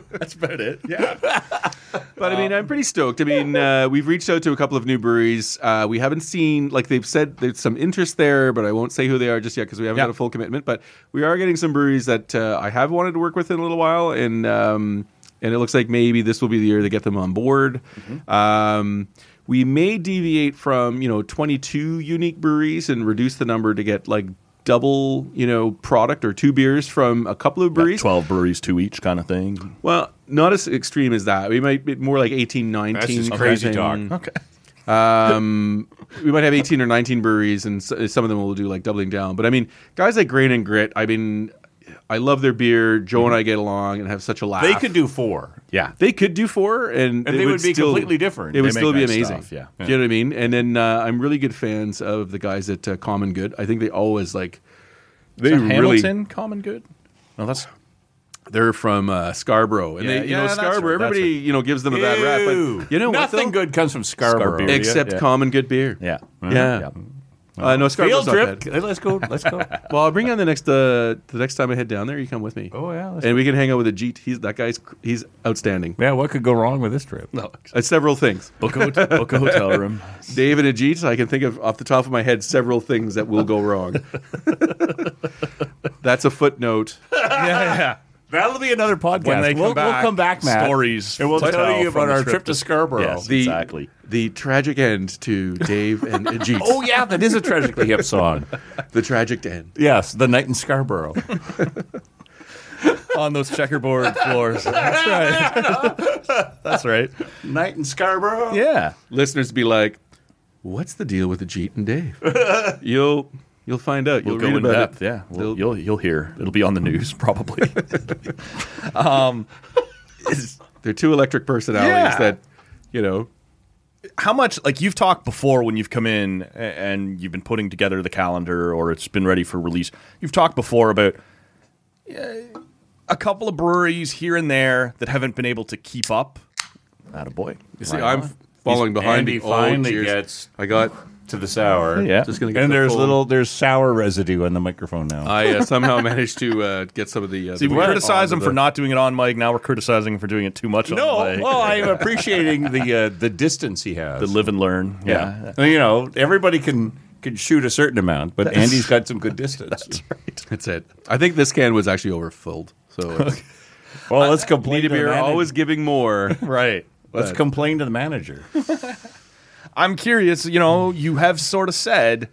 S4: that's about it. Yeah.
S5: But I mean, I'm pretty stoked. I mean, uh, we've reached out to a couple of new breweries. Uh, we haven't seen, like they've said, there's some interest there, but I won't say who they are just yet because we haven't
S4: Yeah.
S5: got a full commitment. But we are getting some breweries that uh, I have wanted to work with in a little while, and um, and it looks like maybe this will be the year to get them on board. Um, we may deviate from you know 22 unique breweries and reduce the number to get like double you know product or two beers from a couple of breweries.
S4: 12 breweries, two each kind of thing.
S5: Well, not as extreme as that. We might be more like 18, 19.
S6: That's just crazy
S5: kind of
S6: talk.
S5: thing. We might have 18 or 19 breweries, and s- some of them will do like doubling down. But I mean, guys like Grain and Grit, I mean, I love their beer. Joe and I get along and have such a laugh.
S6: They could do four.
S5: Yeah, they could do four, and,
S6: And
S5: it
S6: they would be
S5: still-
S6: completely different.
S5: It would
S6: They make
S5: still be
S6: nice
S5: amazing.
S6: stuff, yeah.
S5: do you know what I mean? And then uh, I'm really good fans of the guys at uh, Common Good. I think they always like they
S4: Is that
S5: really
S4: Hamilton common good? No, that's
S5: they're from uh, Scarborough, and
S4: Yeah,
S5: they you
S4: yeah,
S5: know
S4: that's right,
S5: Scarborough.
S4: that's
S5: Everybody you know gives them a bad rap,
S6: Ew.
S5: but you know what,
S6: nothing
S5: though?
S6: good comes from Scarborough.
S4: Scarborough.
S5: except
S4: Yeah.
S5: Common Good beer.
S4: yeah.
S5: yeah. Uh, no, Scarborough's
S6: Field
S5: not
S6: trip.
S5: bad.
S6: Let's go. Let's go.
S5: Well, I'll bring you on the next uh, the next time I head down there. You come with me.
S6: Oh, yeah, let's
S5: and we can hang out with Ajit. He's that guy's cr- he's outstanding.
S6: yeah. What could go wrong with this trip?
S4: No.
S5: Uh, several things.
S4: Book a, hot- book a hotel room.
S5: Dave and Ajit, I can think of off the top of my head several things that will go wrong. That's a footnote.
S4: yeah, yeah.
S6: That'll be another podcast.
S4: When they come
S6: we'll,
S4: back,
S6: we'll come back, Matt.
S4: stories
S6: and we'll
S4: to
S6: tell
S4: tell
S6: you about
S4: from
S6: our
S4: the
S6: trip,
S4: trip
S6: to
S4: to-
S6: Scarborough.
S4: Yes.
S5: The,
S4: Exactly.
S5: The tragic end to Dave and Ajit.
S6: Oh yeah, that is a tragically hip song.
S5: The tragic end.
S6: Yes, the night in Scarborough.
S4: On those checkerboard floors. That's right. That's right.
S6: night in Scarborough.
S4: Yeah.
S5: Listeners be like, "What's the deal with Ajit and Dave?" you'll you'll find out.
S4: We'll
S5: you'll read
S4: go in
S5: about
S4: depth.
S5: it.
S4: Yeah,
S5: They'll-
S4: We'll- you'll you'll hear. It'll be on the news probably.
S5: They're two electric personalities
S4: Yeah.
S5: that, you know,
S4: how much like you've talked before when you've come in a- and you've been putting together the calendar or it's been ready for release you've talked before about uh, a couple of breweries here and there that haven't been able to keep up Attaboy. boy
S5: You see, I'm falling behind.
S6: Andy
S5: you. Oh,
S6: finally
S5: cheers.
S6: gets-
S5: I got.
S6: To the sour.
S4: yeah
S5: Just gonna get
S6: And
S5: the
S6: there's
S5: full-
S6: little there's sour residue on the microphone now.
S5: I uh, somehow managed to uh, get some of the. Uh,
S4: see
S5: the
S4: we
S5: wheat
S4: criticize
S5: onto
S4: them for
S5: the-
S4: not doing it on mic now we're criticizing them for doing it too much
S6: no,
S4: on mic
S6: well, I'm appreciating the uh, the distance he has.
S4: the live and learn yeah,
S6: yeah. You know, everybody can can shoot a certain amount, but Andy's got some good distance.
S5: That's it. I think this can was actually overfilled. So uh,
S6: Well, let's complain
S5: need a
S6: to the
S5: beer,
S6: manager.
S5: always giving more.
S4: right
S6: Let's
S5: but-
S6: complain to the manager.
S4: I'm curious, you know, you have sort of said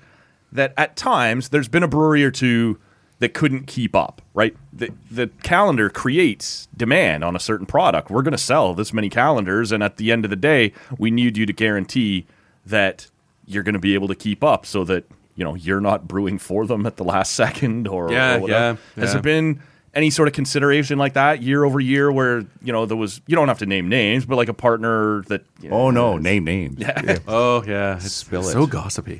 S4: that at times there's been a brewery or two that couldn't keep up, right? The, the calendar creates demand on a certain product. We're going to sell this many calendars, and at the end of the day, we need you to guarantee that you're going to be able to keep up so that, you know, you're not brewing for them at the last second or, or
S5: Yeah,
S4: whatever.
S5: yeah,
S4: Has
S5: yeah.
S4: there been any sort of consideration like that year over year where, you know, there was, you don't have to name names, but like a partner that, you know,
S6: Oh no, name names. Yeah.
S5: Oh yeah, it's
S6: Spill it.
S5: so gossipy.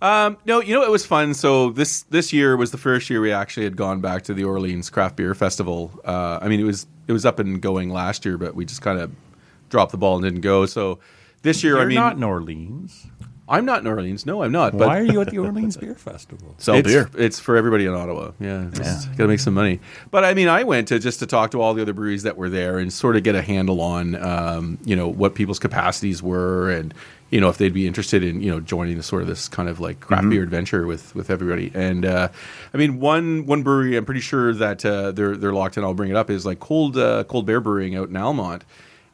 S5: um, no, you know it was fun. So this this year was the first year we actually had gone back to the Orleans Craft Beer Festival. Uh, I mean, it was it was up and going last year, but we just kind of dropped the ball and didn't go. So this year,
S6: You're
S5: I mean,
S6: not in Orleans.
S5: I'm not in Orleans. No, I'm not.
S6: Why
S5: But
S6: are you at the Orleans Beer Festival?
S4: sell
S5: it's,
S4: beer.
S5: It's for everybody in Ottawa. Yeah, got to make some money. But I mean, I went to just to talk to all the other breweries that were there and sort of get a handle on, um, you know, what people's capacities were and you know if they'd be interested in you know joining the sort of this kind of like
S4: Mm-hmm.
S5: craft beer adventure with with everybody. And uh, I mean, one one brewery I'm pretty sure that uh, they're they're locked in. I'll bring it up is like Cold uh, Cold Bear Brewing out in Almont.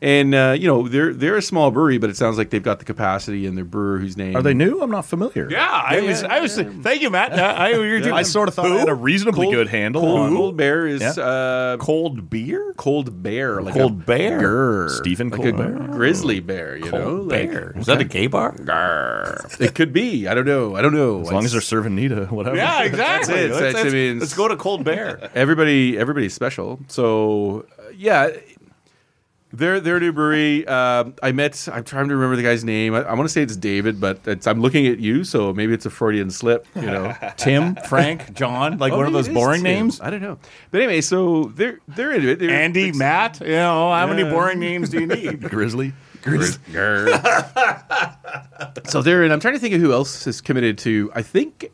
S5: And uh, you know they're they're a small brewery, but it sounds like they've got the capacity and their brewer whose name
S4: Are they new? I'm not familiar.
S6: Yeah, I was. I was. Thank you, Matt. I,
S4: I sort of thought I had a reasonably
S5: Cold-
S4: good handle
S5: Cold,
S4: on
S5: Cold Bear is
S4: Yeah.
S5: uh,
S6: cold beer.
S5: cold bear, like
S6: Cold
S5: a
S6: bear?
S5: grr,
S4: Stephen
S5: like
S4: Cold
S5: a
S4: Bear?
S5: grizzly bear. You know, like-
S6: Is that a gay bar?
S5: it could be. I don't know. I don't know.
S4: As long as they're serving Nita, whatever.
S6: Yeah, exactly.
S5: it. That's- I mean-
S6: let's go to Cold Bear.
S5: everybody, everybody's special. So uh, yeah, they're they're a new brewery. Um I met. I'm trying to remember the guy's name. I, I want to say it's David, but it's, I'm looking at you, so maybe it's a Freudian slip. You know. Oh,
S6: Tim, Frank, John, like
S5: one
S6: one of those boring names.
S5: I don't know, but anyway, so they're they're into it. They're-
S6: Andy,
S5: it's-
S6: Matt. You know how many boring names do you need?
S4: Grizzly.
S5: so they're in. I'm trying to think of who else is committed to. I think,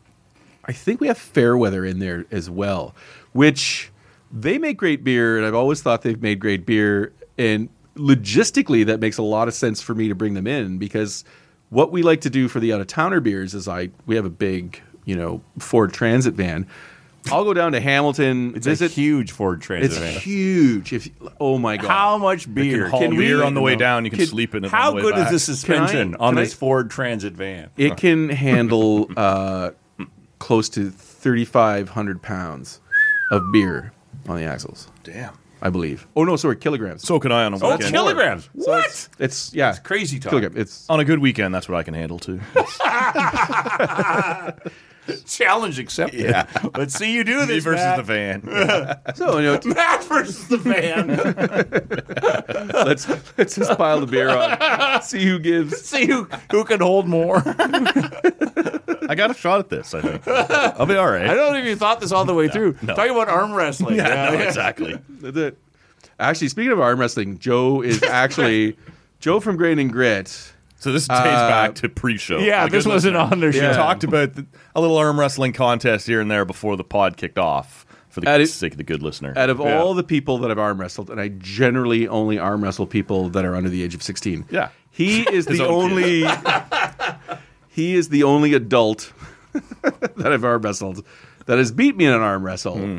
S5: I think we have Fairweather in there as well, which they make great beer, and I've always thought they've made great beer. And logistically, that makes a lot of sense for me to bring them in because what we like to do for the out of towner beers is I we have a big you know Ford Transit van. I'll go down to Hamilton.
S6: It's
S5: visit.
S6: a huge Ford Transit.
S5: it's
S6: van.
S5: huge. If oh my god,
S6: How much
S4: You
S6: beer
S4: can haul
S5: Can
S4: beer
S5: we-
S4: on the way down. You can
S5: Could-
S4: sleep in it.
S6: How
S4: on the way
S6: good
S4: back.
S6: is the suspension
S5: Can I-
S6: on
S5: can I-
S6: this Ford Transit van?
S5: It can handle uh, close to 3,500 pounds of beer on the axles,
S4: Damn.
S5: I believe. Oh, no, sorry, kilograms.
S4: So can I on a
S6: Oh,
S4: weekend.
S6: it's kilograms. What?
S5: it's, yeah. It's
S6: crazy talk.
S5: Kilogram. It's,
S4: On a good weekend, that's what I can handle too.
S6: Challenge accepted. Let's see you do
S4: Me
S6: this.
S4: versus
S6: Matt.
S4: the van.
S5: So you know,
S6: Matt versus the van.
S5: let's let's just pile the beer on, see who gives.
S6: see who who can hold more.
S4: I got a shot at this. I think I'll be all right.
S6: I don't know if you thought this all the way through. Talking about arm wrestling.
S4: Yeah, no,
S6: Yeah.
S4: exactly.
S5: The- actually, speaking of arm wrestling, Joe is actually Joe from Grain and Grit.
S4: So this dates
S5: Uh,
S4: back to pre-show.
S6: Yeah,
S4: For the
S6: this
S4: good
S6: wasn't
S4: listener.
S6: on their
S4: She
S5: show.
S4: talked about the, a little arm wrestling contest here and there before the pod kicked off. For the
S5: At it-
S4: sake of the good listener.
S5: Out of
S6: Yeah.
S5: all the people that I've arm wrestled, and I generally only arm wrestle people that are under the age of sixteen.
S4: Yeah.
S5: he is the
S4: own
S5: only. he is the only adult that I've arm wrestled that has beat me in an arm wrestle
S6: Hmm.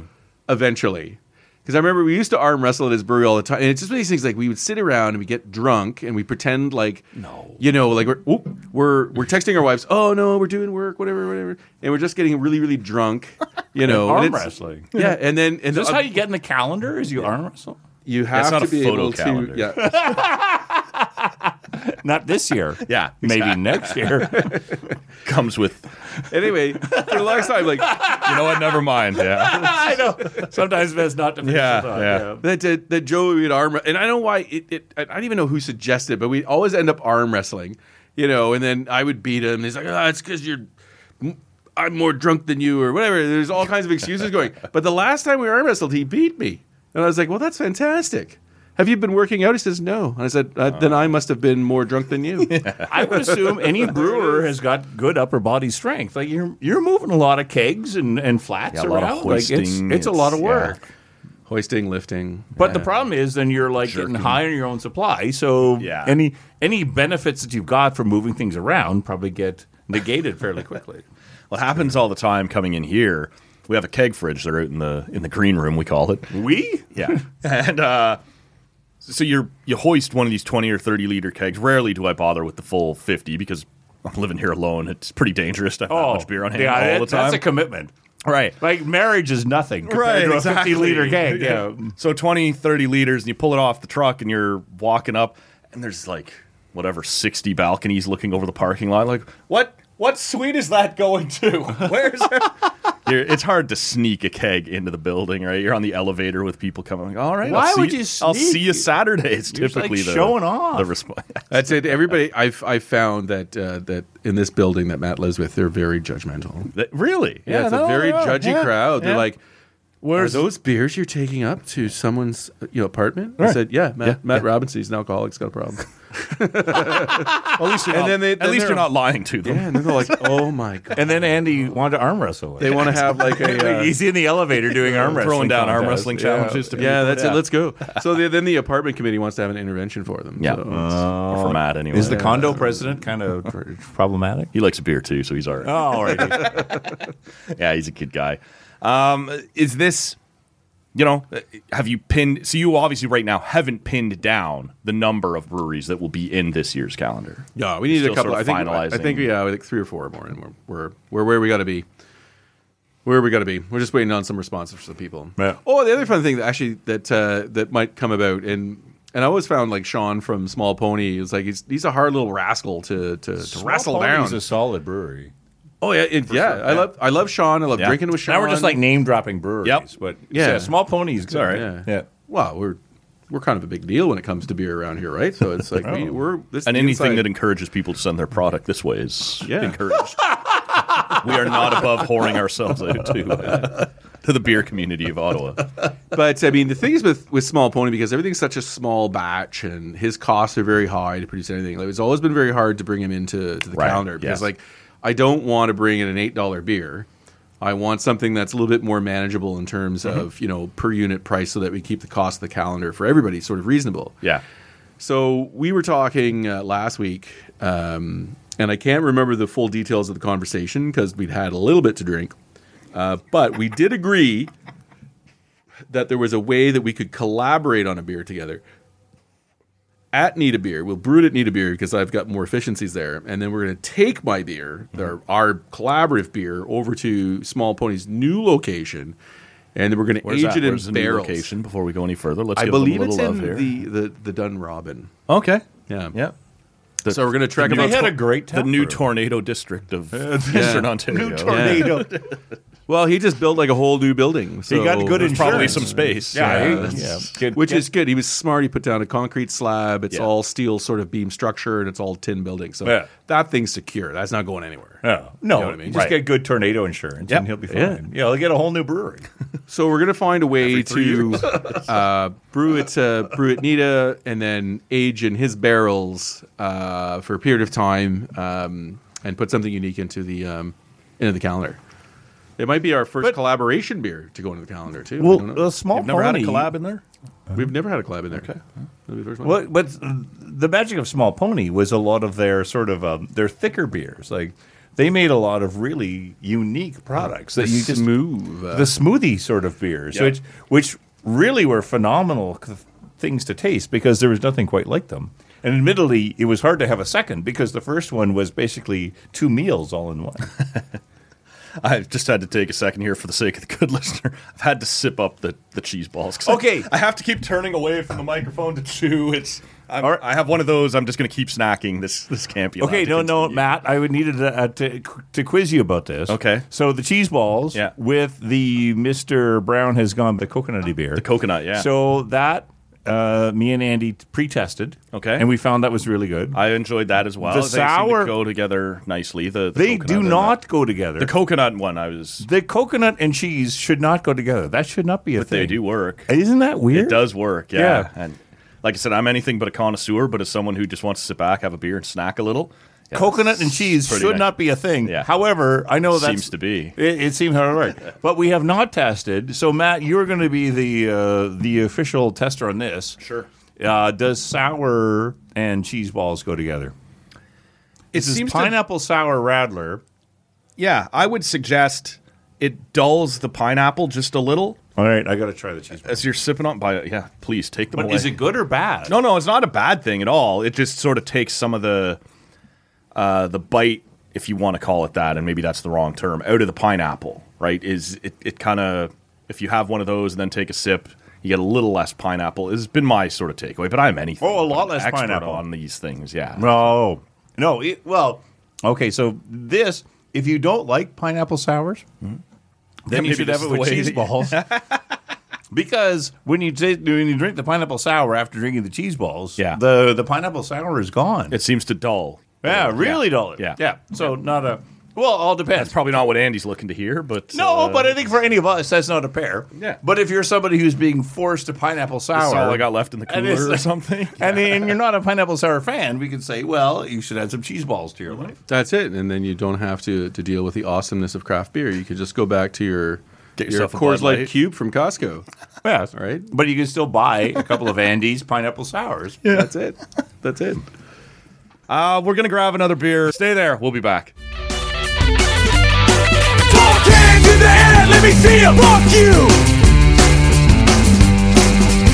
S5: eventually. Because I remember we used to arm wrestle at his brewery all the time, and it's just one of these things like we would sit around and we get drunk and we pretend like no, you know, like we're oop, we're we're texting our wives, oh no, we're doing work, whatever, whatever, and we're just getting really, really drunk, you know, and
S6: Arm
S5: it's-
S6: wrestling.
S5: yeah, and then and
S6: Is this
S5: the-
S6: how you get in the calendar? Is you arm wrestle?
S5: you have
S4: That's not
S5: to
S4: a
S5: be
S4: photo
S5: able
S4: calendar.
S5: to. Yeah,
S6: Not this year.
S4: Yeah,
S6: Maybe next year.
S4: comes with.
S5: anyway, for the last time, like
S4: You know what? Never mind. Yeah.
S6: I know. Sometimes best not to. finish
S4: Yeah,
S6: the thought,
S4: yeah.
S5: that that, that Joey would arm wre- and I don't know why it, it I I don't even know who suggested, it, but we always end up arm wrestling, you know, and then I would beat him. And he's like, oh, it's because you're. m- I'm more drunk than you, or whatever. There's all kinds of excuses going. But the last time we arm wrestled, he beat me, and I was like, "Well, that's fantastic. Have you been working out?" He says, "No." And I said, uh, "Then I must have been more drunk than you."
S6: I would assume any brewer has got good upper body strength. Like you're you're moving a lot of kegs and, and flats
S4: Yeah, a lot
S6: around.
S4: of
S6: like it's,
S4: hoisting,
S6: it's a lot of
S4: it's-
S6: work.
S5: Hoisting, lifting,
S6: But the
S5: yeah.
S6: problem is then you're like getting high on your own supply. So
S4: Yeah.
S6: any any benefits that you've got from moving things around probably get negated fairly quickly.
S4: Well, it happens all the time coming in here. We have a keg fridge. They're out in the in the green room. We call it.
S6: we?
S4: Yeah. and uh, so you're you hoist one of these twenty or thirty liter kegs. Rarely do I bother with the full fifty because I'm living here alone. It's pretty dangerous to have that
S6: Oh,
S4: much beer on hand
S6: yeah,
S4: all
S6: that-
S4: the time.
S6: That's a commitment.
S4: right.
S6: Like marriage is nothing compared
S4: Right,
S6: to a
S4: exactly.
S6: 50 liter keg. Yeah.
S4: So 20, 30 liters, and you pull it off the truck and you're walking up, and there's like whatever, 60 balconies looking over the parking lot. Like, what what suite is that going to? Where's You're- It's hard to sneak a keg into the building, right? You're on the elevator with people coming. Like, All right,
S6: Why
S4: I'll
S6: would
S4: see,
S6: you
S4: I'll
S6: sneak?
S4: see you Saturday. It's
S6: You're just, like,
S4: typically the
S6: showing off.
S4: The response.
S5: That's it. Everybody, I've I've found that uh, that in this building that Matt lives with, they're very judgmental.
S4: really?
S5: Yeah, it's a very judgy crowd. They're like,
S4: Where's
S5: "Are those beers you're taking up to someone's you know apartment?" I said, "Yeah, Matt, Matt Robinson, he's an alcoholic, he's got a problem."
S4: at least you're,
S5: and
S4: not,
S5: then they-
S4: at
S5: then
S4: least
S5: they're-
S4: you're not lying to them.
S5: yeah, and then they're like, "Oh my god!"
S6: And then Andy wanted to arm wrestle. with
S5: They
S6: it.
S5: want to have like a. Uh,
S6: He's in the elevator doing arm wrestling.
S4: Throwing down arm
S6: contests.
S4: wrestling
S6: Yeah.
S4: challenges to people.
S5: yeah, that's it. Let's go. So the, then the apartment committee wants to have an intervention for them.
S4: Yeah.
S5: So it's-
S4: Or for Matt, anyway.
S6: uh, Is the condo president kind of problematic?
S4: He likes beer too, so he's all right.
S6: Oh, right.
S4: Yeah, he's a good guy. Um, is this, you know, have you pinned? So you obviously right now haven't pinned down the number of breweries that will be in this year's calendar.
S5: Yeah, we need
S4: Still
S5: a couple.
S4: sort
S5: I
S4: of
S5: think.
S4: finalizing.
S5: I think yeah, like three or four more, and we're we're, we're where we got to be. Where we got to be. We're just waiting on some responses from people.
S6: Yeah.
S5: Oh, the other fun thing that actually that uh, that might come about, and and I always found like Sean from Small Pony is like he's he's a hard little rascal to to, to wrestle down.
S6: He's a solid brewery.
S5: oh yeah, it, yeah. I love I love Sean. I love
S4: Yeah.
S5: drinking with Sean.
S6: Now we're just like name dropping breweries.
S4: Yep.
S6: But
S5: Yeah.
S6: yeah, small ponies. Good.
S4: all right.
S5: yeah.
S6: Yeah.
S5: Wow, we're we're kind of a big deal when it comes to beer around here, right? So it's like we, we're this is
S4: Oh. And
S5: the
S4: anything
S5: inside.
S4: that encourages people to send their product this way is
S5: Yeah.
S4: encouraged. we are not above whoring ourselves out too, uh, to the beer community of Ottawa.
S5: but I mean, the thing is with with Small Pony because everything's such a small batch, and his costs are very high to produce anything. Like, it's always been very hard to bring him into to the
S4: Right,
S5: calendar because,
S4: yes.
S5: like, I don't want to bring in an eight dollar beer. I want something that's a little bit more manageable in terms
S4: Mm-hmm.
S5: of you know per unit price, so that we keep the cost of the calendar for everybody sort of reasonable.
S4: Yeah.
S5: So we were talking uh, last week, um, and I can't remember the full details of the conversation because we'd had a little bit to drink. Uh, but we did agree that there was a way that we could collaborate on a beer together. At Need a Beer, we'll brew it at Need a Beer because I've got more efficiencies there, and then we're going to take my beer, our,
S4: Mm-hmm.
S5: our collaborative beer, over to Small Pony's new location, and then we're going to
S4: Where's
S5: age
S4: that?
S5: it in
S4: Where's the new
S5: barrels.
S4: location? Before we go any further, let's
S5: I
S4: give them
S5: believe
S4: a little
S5: it's
S4: love
S5: in
S4: here.
S5: the the the Dunrobin.
S4: okay.
S5: Yeah.
S4: Yeah. The,
S5: So we're gonna track
S4: the
S5: them
S4: new-
S5: out- They
S6: had a great
S4: The new
S6: tap room.
S4: tornado district of Eastern Ontario.
S6: New
S5: Yeah.
S6: tornado.
S5: Well, he just built like a whole new building. So
S6: He got good
S5: There's
S6: insurance.
S4: Probably some space.
S6: Yeah,
S5: Yeah.
S6: he-
S4: Yeah.
S6: Get-
S5: Which
S6: get-
S5: is good. He was smart. He put down a concrete slab. It's
S4: Yeah.
S5: all steel sort of beam structure and it's all tin building. So
S6: Yeah.
S5: that thing's secure. That's not going anywhere.
S6: no, no.
S5: You know what I mean?
S6: Just
S5: Right.
S6: get good tornado insurance,
S4: Yep.
S6: and he'll be fine.
S5: Yeah.
S6: Yeah, he'll get a whole new brewery.
S5: So we're gonna find a way to uh, brew it, uh, brew it Nita, and then age in his barrels uh, for a period of time, um, and put something unique into the um, into the calendar. It might be our first
S6: But-
S5: collaboration beer to go into the calendar too. I
S6: Well,
S5: don't know.
S6: a small
S4: You've never had a
S6: pony.
S4: collab in there?
S5: We've never had a collab in there. Okay, That'll be the first one.
S6: Well, but the magic of Small Pony was a lot of their sort of um, their thicker beers. Like they made a lot of really unique products that you just
S5: move.
S6: the smoothie sort of beers,
S4: Yeah.
S6: which which really were phenomenal c- things to taste because there was nothing quite like them. And admittedly, it was hard to have a second because the first one was basically two meals all in one.
S4: I just had to take a second here for the sake of the good listener. I've had to sip up the, the cheese balls. 'cause I-
S6: Okay.
S4: I, have to keep turning away from the microphone to chew. It's I'm,
S6: All right.
S4: I have one of those. I'm just going to keep snacking. This this can't be. allowed
S6: Okay,
S4: to
S6: no, no,
S4: continue.
S6: Matt, I would needed to, uh, to to quiz you about this.
S4: Okay.
S6: so the cheese balls
S4: Yeah.
S6: with the Mister Brown has gone the coconutty beer.
S4: Ah, The coconut, yeah.
S6: So that uh, me and Andy pre-tested.
S4: Okay.
S6: and we found that was really good.
S4: I enjoyed that as well.
S6: The
S4: they seem to
S6: sour-
S4: go together nicely. The, the
S6: they
S4: coconut
S6: do
S4: and the-
S6: not go together.
S4: the coconut one. I was.
S6: The coconut and cheese should not go together. That should not be a
S4: But
S6: thing.
S4: they do work.
S6: Isn't that weird?
S4: It does work, yeah.
S6: Yeah.
S4: And like I said, I'm anything but a connoisseur, but as someone who just wants to sit back, have a beer, and snack a little, yeah,
S6: Coconut
S4: it's
S6: and cheese
S4: pretty
S6: should
S4: nice.
S6: not be a thing.
S4: Yeah.
S6: However, I know that
S4: Seems to be.
S6: It, it seems how it works. but we have not tested. So Matt, you're going to be the uh, the official tester on this.
S4: Sure.
S6: Uh, does sour and cheese balls go together?
S4: It
S6: This is pineapple sour radler.
S4: yeah, I would suggest it dulls the pineapple just a little
S6: All right, I got to try the cheese. Balls.
S4: as you're sipping on. By yeah, please take them
S6: But
S4: away.
S6: is it good or bad?
S4: No, no, it's not a bad thing at all. It just sort of takes some of the uh, the bite, if you want to call it that, and maybe that's the wrong term, out of the pineapple. Right? Is it? It kind of if you have one of those and then take a sip, you get a little less pineapple. Has been my sort of takeaway, but I'm anything.
S6: Oh, a lot
S4: but an
S6: less
S4: expert
S6: pineapple.
S4: on these things. Yeah.
S6: No, Oh. no. It, well, okay. So this, if you don't like pineapple sours, then
S4: Hmm. Maybe
S6: you should
S4: this is
S6: have it
S4: the
S6: with
S4: way
S6: cheese
S4: that you-
S6: balls. because when you ta- when you drink the pineapple sour after drinking the cheese balls,
S4: Yeah.
S6: the the pineapple sour is gone.
S4: It seems to dull.
S6: yeah, really dull.
S4: Yeah.
S6: yeah. So not a well, all depends.
S4: That's probably not what Andy's looking to hear, but
S6: No,
S4: uh,
S6: but I think for any of us, that's not a pair.
S4: Yeah.
S6: But if you're somebody who's being forced to pineapple sour,
S4: that's all I got left in the
S6: And it's-
S4: cooler or something.
S6: and, and you're not a pineapple sour fan, we could say, well, you should add some cheese balls to your
S4: Mm-hmm.
S6: life.
S5: That's it, and then you don't have to, to deal with the awesomeness of craft beer. You could just go back to your
S4: Get
S5: your
S4: yourself a
S5: Coors
S4: Bud
S5: Light
S4: Light.
S5: Cube from Costco.
S6: Yeah,
S5: All right,
S6: But you can still buy a couple of Andes pineapple sours.
S5: that's it. That's it.
S4: Uh, we're gonna grab another beer. Stay there. We'll be back.
S2: Talk cans in the air, let me see it. Fuck you.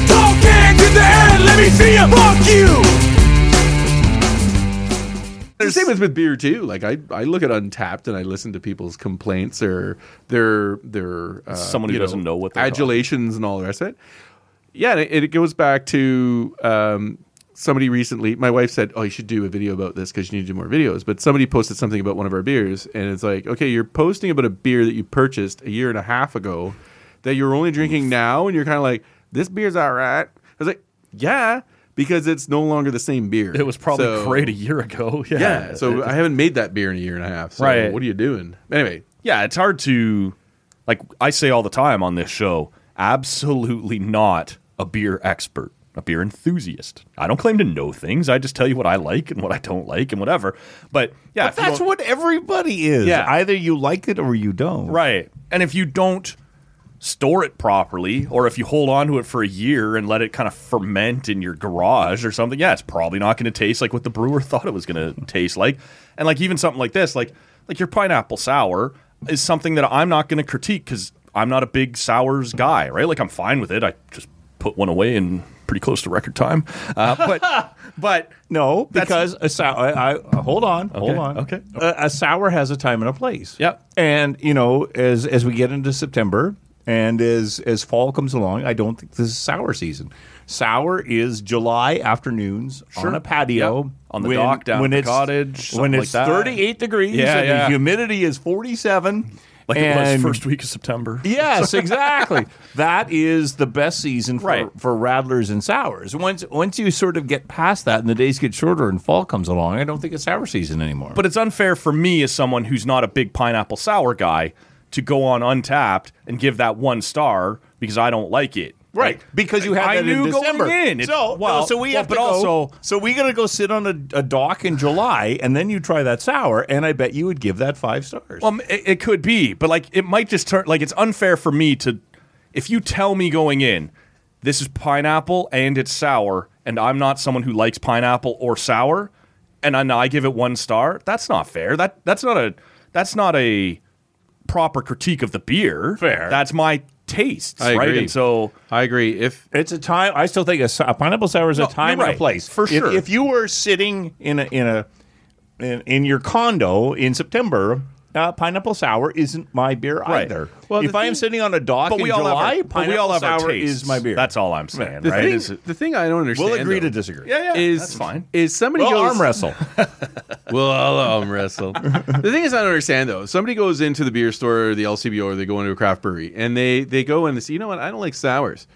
S2: Talk cans in the air, let me see it. Fuck you.
S5: the same as with beer too. Like I, I look at Untapped and I listen to people's complaints or their their uh,
S4: Someone who
S5: you know,
S4: doesn't know what they're talking-
S5: adulations and all the rest of it. Yeah, and it, it goes back to um, somebody recently. My wife said, "Oh, you should do a video about this because you need to do more videos." But somebody posted something about one of our beers, and it's like, okay, you're posting about a beer that you purchased a year and a half ago that you're only drinking now, and you're kind of like, "This beer's all right." I was like, "Yeah." Because it's no longer the same beer.
S4: It was probably
S5: So-
S4: great a year ago. Yeah.
S5: yeah. So I haven't made that beer in a year and a half. So
S4: Right.
S5: What are you doing? Anyway,
S4: yeah, it's hard to like I say all the time on this show, absolutely not a beer expert, a beer enthusiast. I don't claim to know things. I just tell you what I like and what I don't like and whatever. But yeah,
S6: But
S4: if you
S6: that's
S4: don't-
S6: what everybody is.
S4: Yeah.
S6: Either you like it or you don't.
S4: Right. And if you don't store it properly, or if you hold on to it for a year and let it kind of ferment in your garage or something, yeah, it's probably not going to taste like what the brewer thought it was going to taste like. And like even something like this, like like your pineapple sour is something that I'm not going to critique because I'm not a big sours guy, right? Like I'm fine with it. I just put one away in pretty close to record time. Uh, but but
S6: No,
S4: That's-
S6: because a sour. I, I hold on, hold on.
S4: okay.
S6: A, a sour has a time and a place.
S4: Yep.
S6: And you know, as as we get into September And as as fall comes along, I don't think this is sour season. Sour is July afternoons on a patio
S4: Yep. On the dock, down at the cottage,
S6: when
S4: something
S6: it's
S4: like that.
S6: 38 degrees
S4: Yeah,
S6: and
S4: yeah.
S6: the humidity is 47.
S4: Like it was
S6: and-
S4: first week of September.
S6: Yes, exactly. that is the best season for,
S4: Right.
S6: for rattlers and sours. Once once you sort of get past that and the days get shorter and fall comes along, I don't think it's sour season anymore.
S4: But it's unfair for me as someone who's not a big pineapple sour guy to go on Untapped and give that one star because I don't like it.
S6: Right,
S4: Like,
S6: because you had
S4: I
S6: that
S4: knew
S6: in
S4: going
S6: December.
S4: in. It's-
S6: so,
S4: well,
S6: no, so we
S4: well,
S6: have to
S4: but also-
S6: go, so we got to go sit on a, a dock in July, and then you try that sour, and I bet you would give that five stars.
S4: Well, Um, it, it could be, but like it might just turn. Like it's unfair for me to, if you tell me going in, this is pineapple and it's sour, and I'm not someone who likes pineapple or sour, and I, I give it one star. That's not fair. That that's not a that's not a proper critique of the beer.
S6: Fair.
S4: That's my tastes,
S5: I
S4: right?
S5: agree.
S4: And so
S5: I agree. If
S6: It's a time. I still think a, so- a pineapple sour is
S4: No,
S6: a time
S4: you're
S6: and
S4: right,
S6: a place
S4: for
S6: If-
S4: sure.
S6: If, you were sitting in a in a in, in your condo in September. Uh, pineapple sour isn't my beer
S4: Right.
S6: either.
S5: Well,
S6: if
S5: the
S6: I am
S5: thing-
S6: sitting on a dock
S4: but
S6: in
S4: we, all
S6: July,
S4: have our, but
S6: pineapple
S4: we all have our
S6: sour
S4: tastes.
S6: is my beer.
S4: That's all I'm saying,
S5: the
S4: right?
S5: thing,
S4: Is-
S5: the thing I don't understand.
S6: we'll agree
S5: though,
S6: to disagree.
S4: yeah, yeah,
S5: Is
S4: that's fine.
S5: Is somebody
S6: We'll
S5: goes
S6: arm wrestle.
S5: Well, I'll arm wrestle. the thing is, I don't understand though. If somebody goes into the beer store or the LCBO or they go into a craft brewery and they they go in and say, you know what, I don't like sours.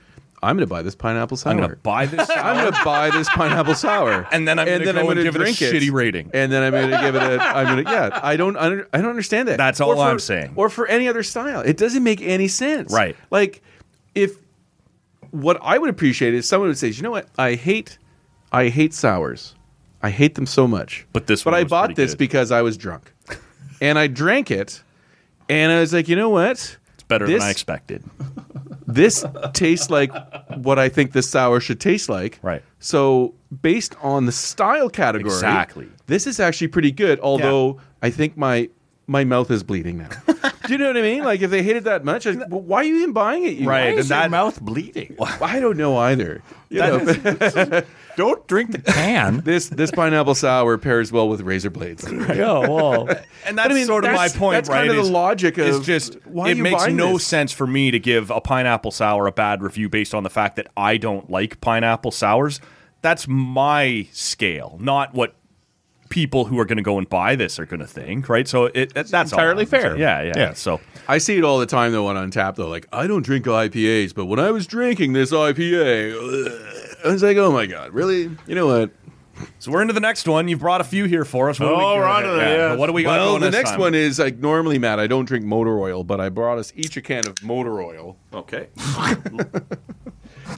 S5: I'm going to buy this pineapple sour.
S4: I'm gonna buy this.
S5: I'm gonna buy this pineapple sour,
S4: And then I'm gonna go and give it a shitty rating.
S5: and then I'm gonna give it a. I'm gonna yeah. I don't under, I don't understand that.
S4: That's all
S5: Or for-
S4: I'm saying.
S5: Or for any other style, it doesn't make any sense.
S4: Right.
S5: Like if what I would appreciate is someone would say, you know what, I hate, I hate sours, I hate them so much.
S4: But this
S5: but
S4: one
S5: I
S4: was
S5: bought
S4: pretty
S5: this
S4: good."
S5: because I was drunk, and I drank it, and I was like, you know what,
S4: It's better
S5: This-
S4: than I expected.
S5: this tastes like what I think this sour should taste like.
S4: Right.
S5: So based on the style category,
S4: Exactly.
S5: This is actually pretty good. Although I think my my mouth is bleeding now. Do you know what I mean? Like if they hated that much, I, well, why are you even buying it? You
S4: Right.
S5: guys?
S4: And that-
S6: mouth bleeding?
S5: I don't know either. You know,
S6: Don't drink the can.
S5: this this pineapple sour pairs well with razor blades.
S6: yeah, well,
S4: And that's
S5: I mean,
S4: sort of my
S5: that's-
S4: point,
S5: that's
S4: right?
S5: kind of the
S4: is-
S5: logic
S4: is
S5: of,
S4: just
S5: why are
S4: it
S5: you
S4: makes
S5: buying
S4: no
S5: this?
S4: sense for me to give a pineapple sour a bad review based on the fact that I don't like pineapple sours. That's my scale, not what people who are going to go and buy this are going to think, right? So it, that- that's all
S6: entirely
S4: I'm saying.
S6: fair.
S4: Yeah, yeah,
S6: Yeah.
S4: So
S5: I see it all the time though on Untapped though. Like I don't drink IPAs, but when I was drinking this IPA, ugh, I was like, oh my god, really? You know what?
S4: so we're into the next one. You've brought a few here for us. What do we,
S6: Oh, we're onto the- yeah.
S4: What do we got?
S5: Well,
S4: going
S5: the
S4: this
S5: next
S4: time?
S5: one is like normally, Matt. I don't drink motor oil, but I brought us each a can of motor oil.
S4: okay.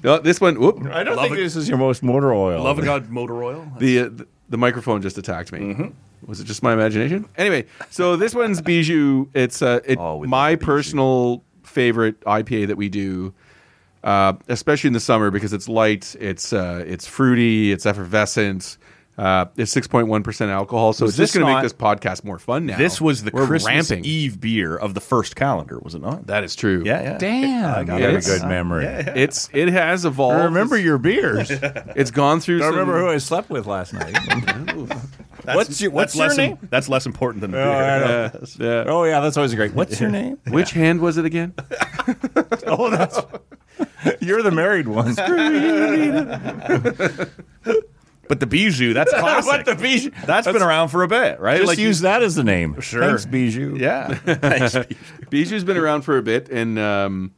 S5: No, this one, whoop,
S6: I don't
S4: Love
S6: think
S4: it.
S6: this is your most motor oil.
S4: Love and God motor oil.
S5: the uh, the microphone just attacked me.
S4: Mm-hmm.
S5: Was it just my imagination? Anyway, so this one's Bijou. It's uh, it,
S4: Oh, we love
S5: my
S4: the Bijou.
S5: personal favorite IPA that we do, uh, especially in the summer because it's light, it's uh, it's fruity, it's effervescent. Uh, it's six point one percent alcohol, so
S4: Was
S5: it's just
S4: this
S5: going to
S4: not-
S5: make this podcast more fun now.
S4: This was the
S5: We're
S4: Christmas
S5: ramping.
S4: Eve beer of the first calendar, was it not?
S5: That is true.
S4: yeah, yeah.
S6: Damn, you
S5: it
S6: have a
S5: is.
S6: good memory.
S5: It's it has evolved.
S6: I remember your beers.
S5: it's gone through.
S6: I
S5: some,
S6: remember who I slept with last night. what's your What's
S4: that's
S6: your
S4: less
S6: name?
S4: Im- that's less important than the
S6: Oh, I
S4: beer.
S6: know.
S5: Yeah, yeah.
S6: Oh yeah, that's always great. What's your name?
S5: Which hand was it again?
S6: oh, that's you're the married one.
S4: But the Bijou, that's classic.
S6: the Bijou-
S4: that's been around for a bit, right?
S6: Just
S4: Like,
S6: use that as the name.
S4: Sure.
S6: Thanks, Bijou.
S4: yeah. Thanks, Bijou.
S5: Bijou's been around for a bit, and um,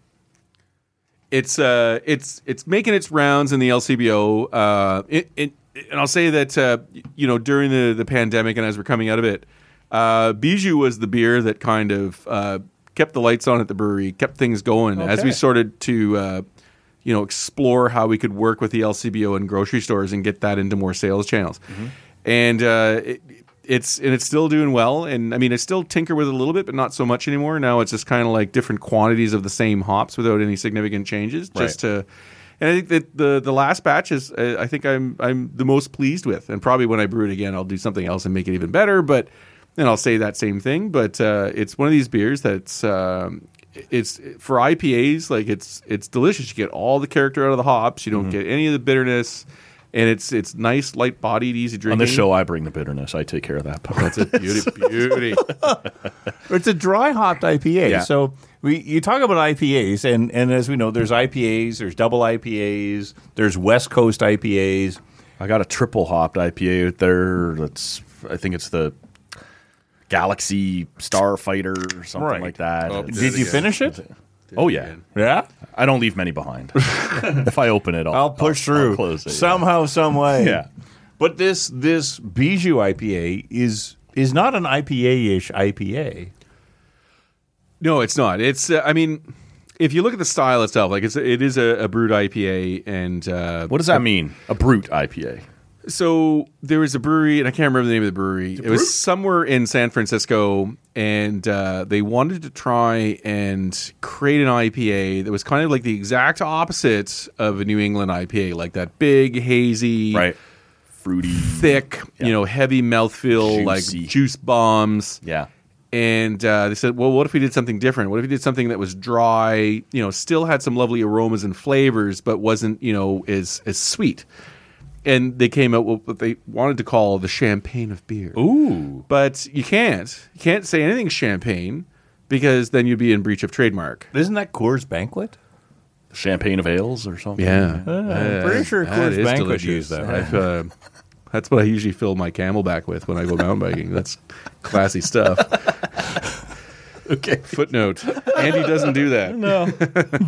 S5: it's uh, it's it's making its rounds in the LCBO. Uh, it, it, and I'll say that uh, y- you know during the the pandemic and as we're coming out of it, uh, Bijou was the beer that kind of uh, kept the lights on at the brewery, kept things going as we
S4: Okay.
S5: sorted to. Uh, you know, explore how we could work with the LCBO and grocery stores and get that into more sales channels. And uh, it, it's and it's still doing well. And I mean, I still tinker with it a little bit, but not so much anymore. Now it's just kind of like different quantities of the same hops without any significant changes, just to. And I think that the the last batch is uh, I think I'm I'm the most pleased with, and probably when I brew it again, I'll do something else and make it even better. But and I'll say that same thing. But uh, it's one of these beers that's um, it's for IPAs like it's it's delicious. You get all the character out of the hops. You don't get any of the bitterness. and it's it's nice, light bodied, easy drinking.
S4: On this show, I bring the bitterness. I take care of that part.
S5: that's a beauty, beauty.
S6: It's a dry hopped IPA.
S5: Yeah.
S6: So we you talk about IPAs, and and as we know, there's IPAs, there's double IPAs, there's West Coast IPAs.
S4: I got a triple hopped IPA out there. That's I think it's the Galaxy Starfighter or something
S6: Right.
S4: like that.
S5: Oh,
S4: It's-
S5: Did
S6: Did you
S5: again.
S6: finish it?
S4: oh yeah,
S6: Yeah,
S4: I don't leave many behind. if I open it, I'll,
S6: I'll push
S4: I'll
S6: through
S4: close it, yeah.
S6: somehow, some way.
S4: Yeah.
S6: but this this Bijou IPA is is not an IPA ish IPA.
S5: No, it's not. It's uh, I mean, if you look at the style itself, like it's it is a, a brewed IPA, and uh,
S4: What does that mean? A brute IPA.
S5: So there was a brewery, and I can't remember the name of the brewery. It was somewhere in San Francisco, and uh, they wanted to try and create an IPA that was kind of like the exact opposite of a New England IPA, like that big, hazy,
S4: Fruity.
S5: thick, you know, heavy
S4: Juicy.
S5: mouthfeel, like juice bombs.
S4: Yeah.
S5: And uh, they said, well, what if we did something different? What if we did something that was dry, you know, still had some lovely aromas and flavors, but wasn't, you know, as, as sweet? And they came out with what they wanted to call the champagne of beer.
S4: Ooh.
S5: But you can't. You can't say anything champagne because then you'd be in breach of trademark.
S6: Isn't that Coors Banquet?
S4: Champagne of ales or something.
S6: I'm pretty sure
S5: that
S6: Coors
S5: is
S6: Banquet
S5: delicious.
S6: used that, right?
S5: I've, uh, that's what I usually fill my Camelback with when I go mountain biking. That's classy stuff.
S4: Okay.
S5: Footnote: Andy doesn't do that. No,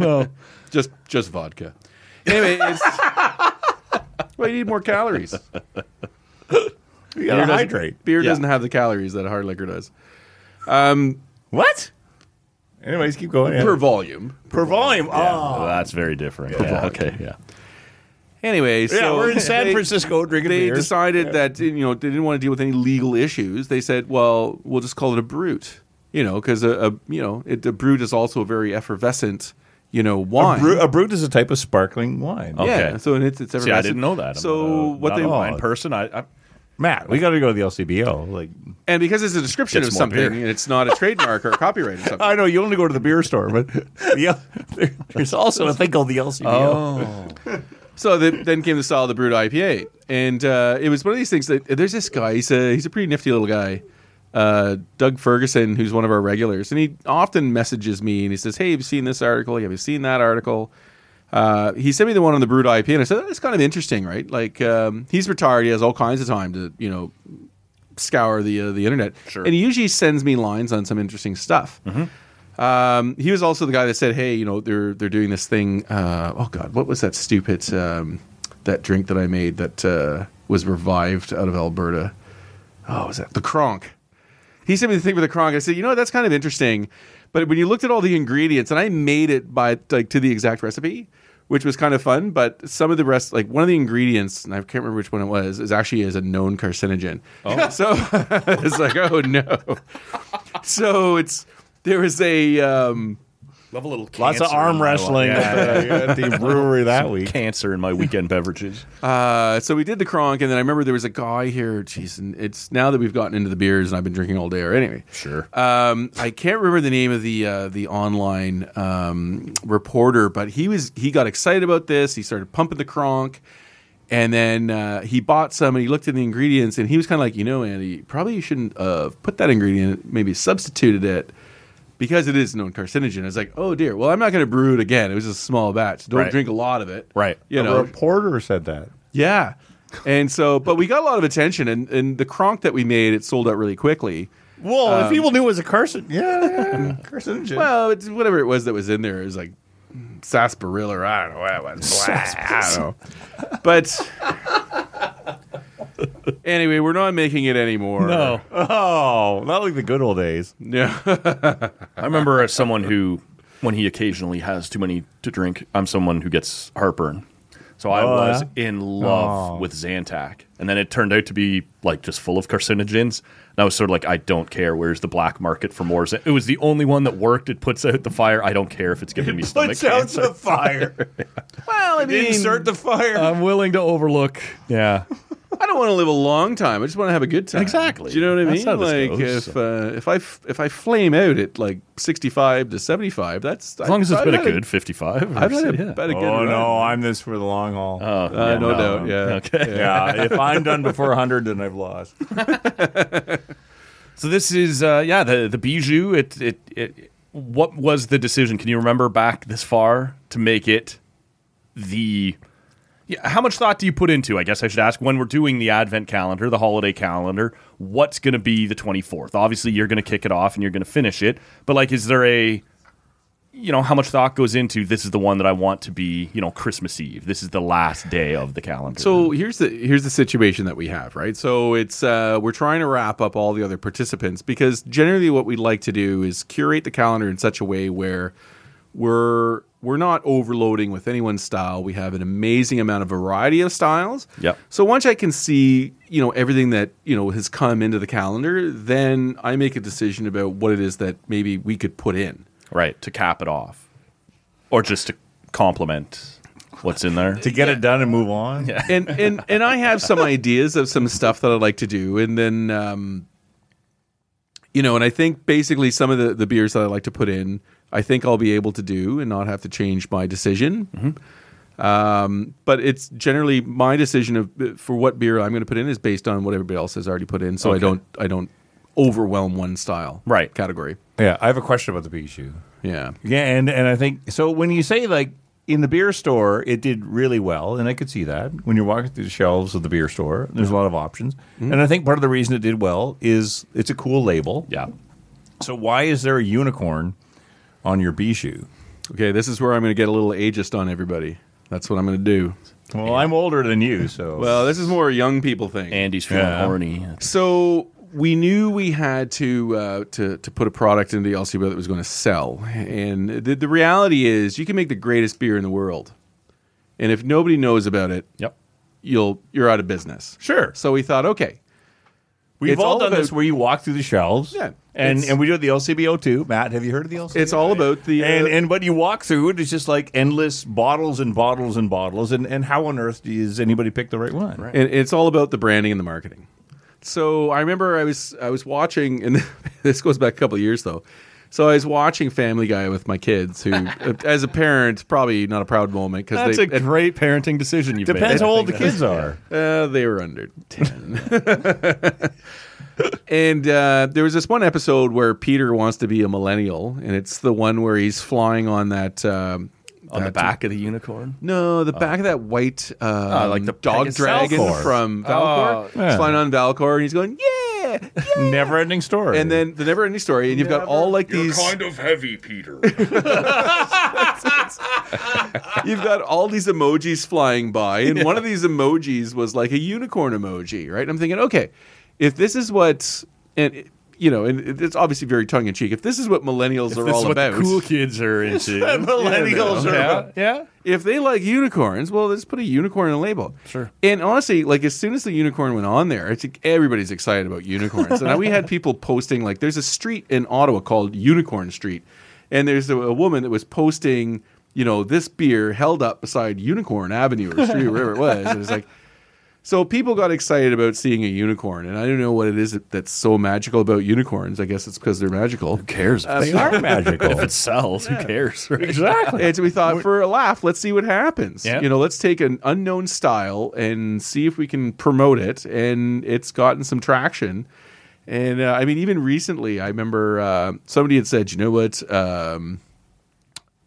S5: no, just just vodka. Anyway, it's, well, you need more calories.
S6: You gotta
S5: doesn't-
S6: hydrate.
S5: Beer
S4: Yeah.
S5: doesn't have the calories that hard liquor does
S6: What? Anyways, keep going.
S5: per volume.
S6: per volume. Oh.
S4: Well, that's very different. Yeah, okay. Yeah.
S5: Anyway,
S6: Yeah,
S5: so
S6: we're in San
S5: they-
S6: Francisco drinking
S5: They
S6: beers.
S5: decided that you know they didn't want to deal with any legal issues. They said, "Well, we'll just call it a brute," you know, because a, a you know it, a brute is also a very effervescent, you know, wine.
S6: Bru- a brut is a type of sparkling wine.
S4: Oh.
S5: Yeah,
S4: okay.
S5: so and it's it's
S4: See, I
S5: effervescent.
S4: didn't know that. I'm oh,
S5: so
S4: not a-
S5: what
S4: not
S5: they
S4: a
S5: want.
S4: wine person. I, I
S6: Matt, we got to go to the LCBO. Like,
S5: And because it's a description
S4: Gets
S5: of
S4: more
S5: something,
S4: beer.
S5: and it's not a trademark or a copyright or something.
S6: I know you only go to the beer store, but yeah, there- there's also a thing called the LCBO. Oh,
S5: So the, then came the style of the brewed IPA, and uh, it was one of these things that there's this guy. He's a he's a pretty nifty little guy, uh, Doug Ferguson, who's one of our regulars, and he often messages me and he says, "Hey, have you seen this article? Have you seen that article?" Uh, he sent me the one on the brewed IPA, and I said, "Oh, "That's kind of interesting, right? Like um, he's retired, he has all kinds of time to you know scour the uh, the internet,
S4: Sure.
S5: and he usually sends me lines on some interesting stuff." Um, he was also the guy that said, "Hey, you know, they're they're doing this thing. Uh, oh God, what was that stupid um, that drink that I made that uh, was revived out of Alberta? Oh, was that the Kronk? He sent me the thing with the Kronk. I said, you know, what, that's kind of interesting, but when you looked at all the ingredients, and I made it by like to the exact recipe." Which was kind of fun, but some of the rest, like one of the ingredients, and I can't remember which one it was, is actually is a known carcinogen. Oh. so it's like, oh no. So it's there was a um,
S4: love a little cancer
S6: Lots of
S4: in
S6: arm
S4: my life.
S6: wrestling
S4: Yeah.
S6: at the brewery that week.
S4: Cancer in my weekend beverages.
S5: uh, so we did the Kronk, and then I remember there was a guy here. Jeez, and it's now that we've gotten into the beers, and I've been drinking all day. Or anyway,
S4: Sure.
S5: Um, I can't remember the name of the uh, the online um, reporter, but he was he got excited about this. He started pumping the Kronk, and then uh, he bought some and he looked at the ingredients, and he was kind of like, you know, Andy, probably you shouldn't uh, put that ingredient, maybe substituted it. Because it is a known carcinogen, I was like, "Oh dear." Well, I'm not going to brew it again. It was a small batch. Don't
S4: Right.
S5: drink a lot of it.
S4: Right.
S5: You
S6: A
S5: know,
S6: reporter said that.
S5: yeah. And so, but we got a lot of attention, and, and the Kronk that we made, it sold out really quickly.
S6: Well, if people knew it was a carcin, Um, yeah, yeah carcinogen.
S5: Well, it's whatever it was that was in there, it was like sarsaparilla, or I don't know what it was. Blah, I don't know. But anyway, we're not making it anymore.
S4: No.
S6: oh, not like the good old days.
S5: Yeah.
S4: I remember as someone who, when he occasionally has too many to drink, I'm someone who gets heartburn. So I
S6: Oh,
S4: was
S6: yeah? Oh.
S4: in love with Zantac. And then it turned out to be like just full of carcinogens. And I was sort of like, I don't care. Where's the black market for more? Zan-? It was the only one that worked. It puts out the fire. I don't care if it's giving me stomach
S6: Puts out
S4: cancer.
S6: the fire.
S5: well, I mean,
S6: Insert the fire.
S4: I'm willing to overlook. Yeah.
S5: I don't want to live a long time. I just want to have a good time.
S6: Exactly.
S5: Do you know what I
S6: That's
S5: mean?
S6: how this
S5: like
S6: goes.
S5: if uh, if I f- if I flame out at like sixty five to seventy five, that's
S7: As long as it's
S5: I've
S7: been a
S5: had
S7: good 55. or
S5: I've had a,
S7: so, yeah.
S5: had a good.
S6: Oh
S5: run.
S6: no, I'm this for the long haul.
S7: Oh,
S5: Uh,
S7: yeah.
S5: no doubt. Yeah.
S7: Okay.
S6: yeah, if I'm done before 100, then I've lost.
S7: So this is uh, yeah the the bijou. It, it it what was the decision? Can you remember back this far to make it the? Yeah, how much thought do you put into? I guess I should ask when we're doing the advent calendar, the holiday calendar. What's going to be the twenty fourth? Obviously, you're going to kick it off and you're going to finish it. But like, is there a you know how much thought goes into this is the one that I want to be you know Christmas Eve. This is the last day of the calendar.
S5: So here's the here's the situation that we have, right? So it's uh, we're trying to wrap up all the other participants because generally what we'd like to do is curate the calendar in such a way where we're we're not overloading with anyone's style. We have an amazing amount of variety of styles.
S7: Yep.
S5: So once I can see, you know, everything that, you know, has come into the calendar, then I make a decision about what it is that maybe we could put in.
S7: right to cap it off, or just to complement what's in there.
S6: To get it done and move on. Yeah.
S5: and and and I have some ideas of some stuff that I'd like to do, and then um, you know, and I think basically some of the the beers that I like to put in, I think I'll be able to do and not have to change my decision. Um, but it's generally my decision of for what beer I'm going to put in is based on what everybody else has already put in, so I
S7: Okay.
S5: don't I don't overwhelm one style
S7: Right.
S5: category.
S6: I have a question about the Bijou.
S5: Yeah,
S6: Yeah, and and I think so. When you say like in the beer store, it did really well, and I could see that when you're walking through the shelves of the beer store, there's a lot of options, and I think part of the reason it did well is it's a cool label.
S7: Yeah.
S6: So why is there a unicorn on your Bijou?
S5: okay, this is where I'm going to get a little ageist on everybody. That's what I'm going to do.
S6: Well, I'm older than you, so
S5: Well, this is more a young people thing.
S7: Andy's feeling
S6: Yeah.
S7: horny.
S5: So we knew we had to uh, to to put a product into the LCBO that was going to sell, and the, the reality is, you can make the greatest beer in the world, and if nobody knows about it,
S7: Yep.
S5: you'll you're out of business.
S6: Sure.
S5: So we thought, okay,
S6: we've
S5: it's
S6: all
S5: all
S6: done
S5: about-
S6: this where you walk through the shelves,
S5: Yeah,
S6: and
S5: it's-
S6: and we do it at the LCBO too. Matt, have you heard of the LCBO?
S5: it's all about the uh,
S6: and and what you walk through it is just like endless bottles and bottles and bottles and and how on earth does anybody pick the right one right
S5: uh, and it's all about the branding and the marketing. So I remember I was I was watching, and this goes back a couple of years though. So I was watching Family Guy with my kids, who, as a parent, probably not a proud moment because
S7: That's
S5: they
S7: a great parenting decision you've made.
S6: depends
S7: I
S6: how old the
S7: think
S6: kids are
S5: Uh, they were under 10. and uh, there was this one episode where Peter wants to be a millennial, and it's the one where he's flying on that. Um,
S7: that- On the
S5: that-
S7: back of the unicorn.
S5: No, the back of that white um,
S7: Uh, like the
S5: dog
S7: Pegasus- Oh,
S5: dragon
S6: Valcor.
S5: from Valcor. He's
S6: yeah.
S5: flying on Valcor, and he's going, yeah! yeah."
S6: never ending story
S5: And then the never ending story, and you've got all like these.
S2: of heavy, Peter.
S5: you've got all these emojis flying by, and one of these emojis was like a unicorn emoji, right? And I'm thinking, okay, if this is what, and you know, and it's obviously very tongue in cheek. If this is what millennials are
S7: This
S5: all
S7: is what
S5: about,
S7: the cool kids are into.
S6: millennials are
S7: yeah, yeah.
S5: if they like unicorns, well, let's put a unicorn in a label. Sure. And honestly, like as soon as the unicorn went on there, I think everybody's excited about unicorns. and we had people posting like, there's a street in Ottawa called Unicorn Street, and there's a, a woman that was posting, you know, this beer held up beside Unicorn Avenue or Street, or wherever it was. And it's like. So people got excited about seeing a unicorn, and I don't know what it is that- that's so magical about unicorns. I guess it's because they're magical.
S7: Who cares?
S6: they are magical
S7: if it sells, who cares? right?
S6: exactly
S5: And so we thought for a laugh, let's see what happens.
S7: Yeah.
S5: You know, let's take an unknown style and see if we can promote it. And it's gotten some traction. And uh, I mean, even recently, I remember uh, somebody had said, you know what? Um,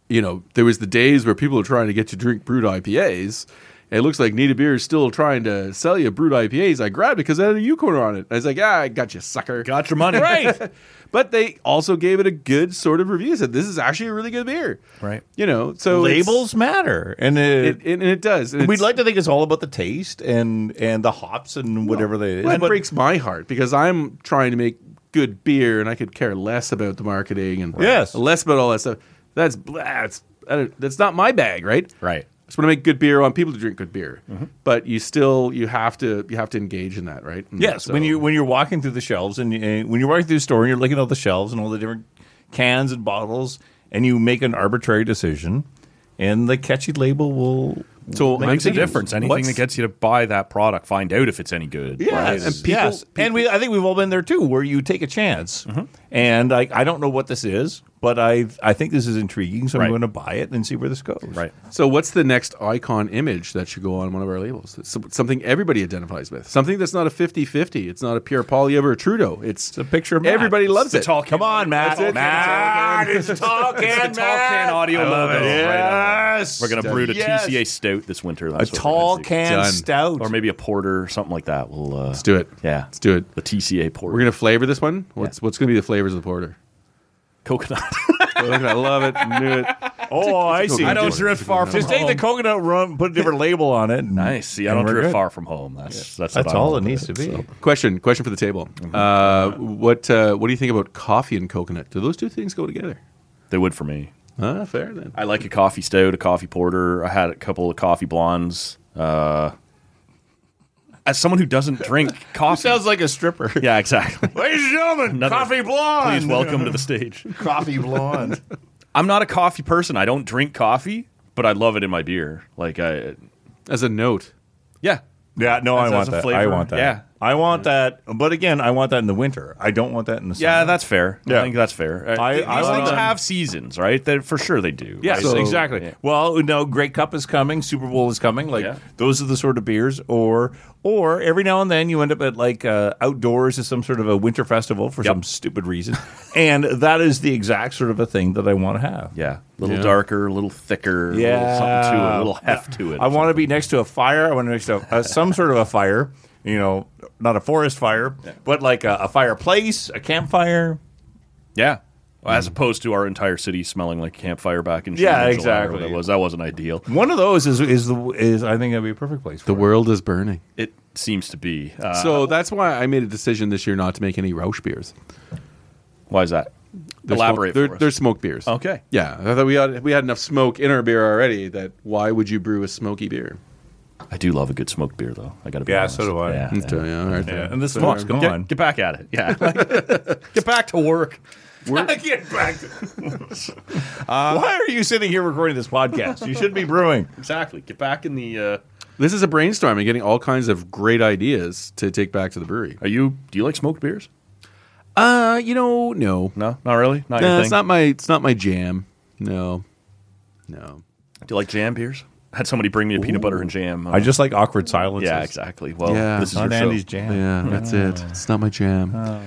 S5: you know, there was the days where people were trying to get you to drink brewed IPAs. And it looks like Nita Beer is still trying to sell you brewed IPAs. I grabbed it because it had a unicorn on it. I was like, ah, I got you, sucker.
S7: Got your money right.
S5: But they also gave it a good sort of review. Said this is actually a really good beer.
S7: Right.
S5: You know, so it's-
S6: labels matter and
S5: It,
S6: it,
S5: it, and it does. And
S6: we'd
S5: it's-
S6: like to think it's all about the taste and and the hops and whatever they
S5: well, it
S6: but-
S5: breaks my heart because I'm trying to make good beer, and I could care less about the marketing and
S6: Yes.
S5: less about all that stuff. That's that's that's not my bag, right?
S7: Right.
S5: I just want to make good beer. I want people to drink good beer,
S4: Mm-hmm.
S5: but you still you have to you have to engage in that, right? And
S6: Yes,
S5: so-
S6: when you when you're walking through the shelves and, and when you're walking through the store and you're looking at all the shelves and all the different cans and bottles and you make an arbitrary decision, and the catchy label will
S5: So I'm
S4: makes a
S5: thinking,
S4: difference. Anything
S5: what's-
S4: that gets you to buy that product, find out if it's any good.
S5: Yes.
S6: Yes,
S5: And people-
S6: yes. Uh, Mm-hmm. and we I think we've all been there too, where you take a chance, and I, I don't know what this is, but I I think this is intriguing, so
S4: Right.
S6: I'm going to buy it and see where this goes.
S4: Right.
S5: So what's the next icon image that should go on one of our labels? It's some- something everybody identifies with. Something that's not a 50-50. It's not a Pierre Polyev or a Trudeau. It's,
S6: It's a picture of Matt.
S5: everybody loves
S4: the
S5: it.
S4: tall
S6: Come on, Matt.
S4: That's it.
S6: Matt, it's talking.
S4: It's the tall can audio logo.
S6: Yes.
S4: We're gonna brew a
S6: Yes.
S4: TCA stout this winter.
S6: A
S4: That's what we're
S6: tall
S4: gonna do.
S6: can
S5: Done.
S6: stout.
S4: or maybe a porter, or something like that. We'll uh,
S5: Let's do it.
S4: Yeah,
S5: Let's do it.
S4: The TCA porter.
S5: We're gonna flavor this one. What's what's gonna be the flavors of the porter?
S4: coconut.
S5: Look, I love it. Knew it.
S6: oh, I see.
S4: I don't
S6: Just-
S4: drift far from
S6: Just take the
S4: home.
S6: coconut rum, put a different label on it. and-
S4: nice. See, I
S6: and
S4: don't
S6: we're
S4: drift
S6: good.
S4: far from home. That's that's,
S6: That's
S4: what I
S6: all it
S4: want with
S6: needs to be.
S4: so.
S5: Question question for the table. Uh, what uh, what do you think about coffee and coconut? Do those two things go together?
S4: They would for me.
S5: Ah, fair then.
S4: I like a coffee stout, a coffee porter. I had a couple of coffee blondes. Uh, as someone who doesn't drink coffee,
S6: Sounds like a stripper.
S4: yeah, exactly.
S6: Ladies and gentlemen,
S4: Another-
S6: coffee blonde.
S4: Please welcome to the stage.
S6: coffee blonde.
S4: I'm not a coffee person. I don't drink coffee, but I love it in my beer. Like I,
S5: As a note,
S4: yeah,
S6: Yeah, no,
S4: As-
S6: I
S4: as
S6: want
S4: a
S6: that. I
S4: flavor.
S6: want that.
S4: Yeah.
S6: I want that. But again, I want that in the winter. I don't want that in the summer.
S4: yeah. That's fair.
S6: Yeah.
S4: I think that's fair. Uh,
S6: I-
S4: these
S6: I
S4: things
S6: wanna-
S4: have seasons, right? They, for sure, they do.
S6: Yes,
S4: right?
S5: So-
S6: exactly. Well, no, Great Cup is coming, Super Bowl is coming. Like
S4: Yeah.
S6: those are the sort of beers, or or every now and then you end up at like uh, outdoors at some sort of a winter festival for
S4: Yep.
S6: some stupid reason, and that is the exact sort of a thing that I want to have.
S4: Yeah, a little
S5: Yeah.
S4: darker, a little thicker, a little something to it, a little heft to it.
S6: I want to be next to a fire. I want to next to uh, some sort of a fire. You know, not a forest fire, but like a, a fireplace, a campfire.
S4: yeah. As opposed to our entire city smelling like campfire back in June
S6: Mm. Yeah,
S4: or July or
S6: exactly.
S4: That was that wasn't ideal.
S6: One of those is is the is I think that'd be a perfect place. For
S5: the world is burning.
S4: It seems to be. Uh,
S5: so that's why I made a decision this year not to make any Rausch beers.
S4: why is that?
S5: They're
S4: Elaborate.
S5: smoke- they're,
S4: for us.
S5: they're smoke beers.
S4: Okay.
S5: Yeah, I thought we had we had enough smoke in our beer already. That why would you brew a smoky beer?
S4: I do love a good smoked beer, though. I got to be
S6: Yeah,
S4: honest.
S6: so do I.
S4: Yeah,
S5: So,
S4: yeah.
S5: uh, yeah, all right.
S6: it. Yeah, and this
S5: Come
S6: one's
S5: on.
S6: gone.
S4: Get, get back at it. Yeah, get back to work.
S6: Get back to-
S4: Um,
S6: Why are you sitting here recording this podcast? You should be brewing.
S4: Exactly. Get back in the. Uh,
S5: This is a brainstorm and getting all kinds of great ideas to take back to the brewery.
S4: are you? Do you like smoked beers?
S5: Uh, you know, no,
S4: No, not really. Not your
S5: Nah,
S4: thing.
S5: it's not my it's not my jam. No, no.
S4: do you like jam beers? I had somebody bring me a peanut butter and jam. uh,
S6: I just like awkward silences.
S4: Yeah, exactly. Well,
S5: Yeah.
S4: this is
S6: Not
S4: your
S6: Andy's
S4: show.
S6: jam.
S5: Yeah, that's it. It's not my jam. Oh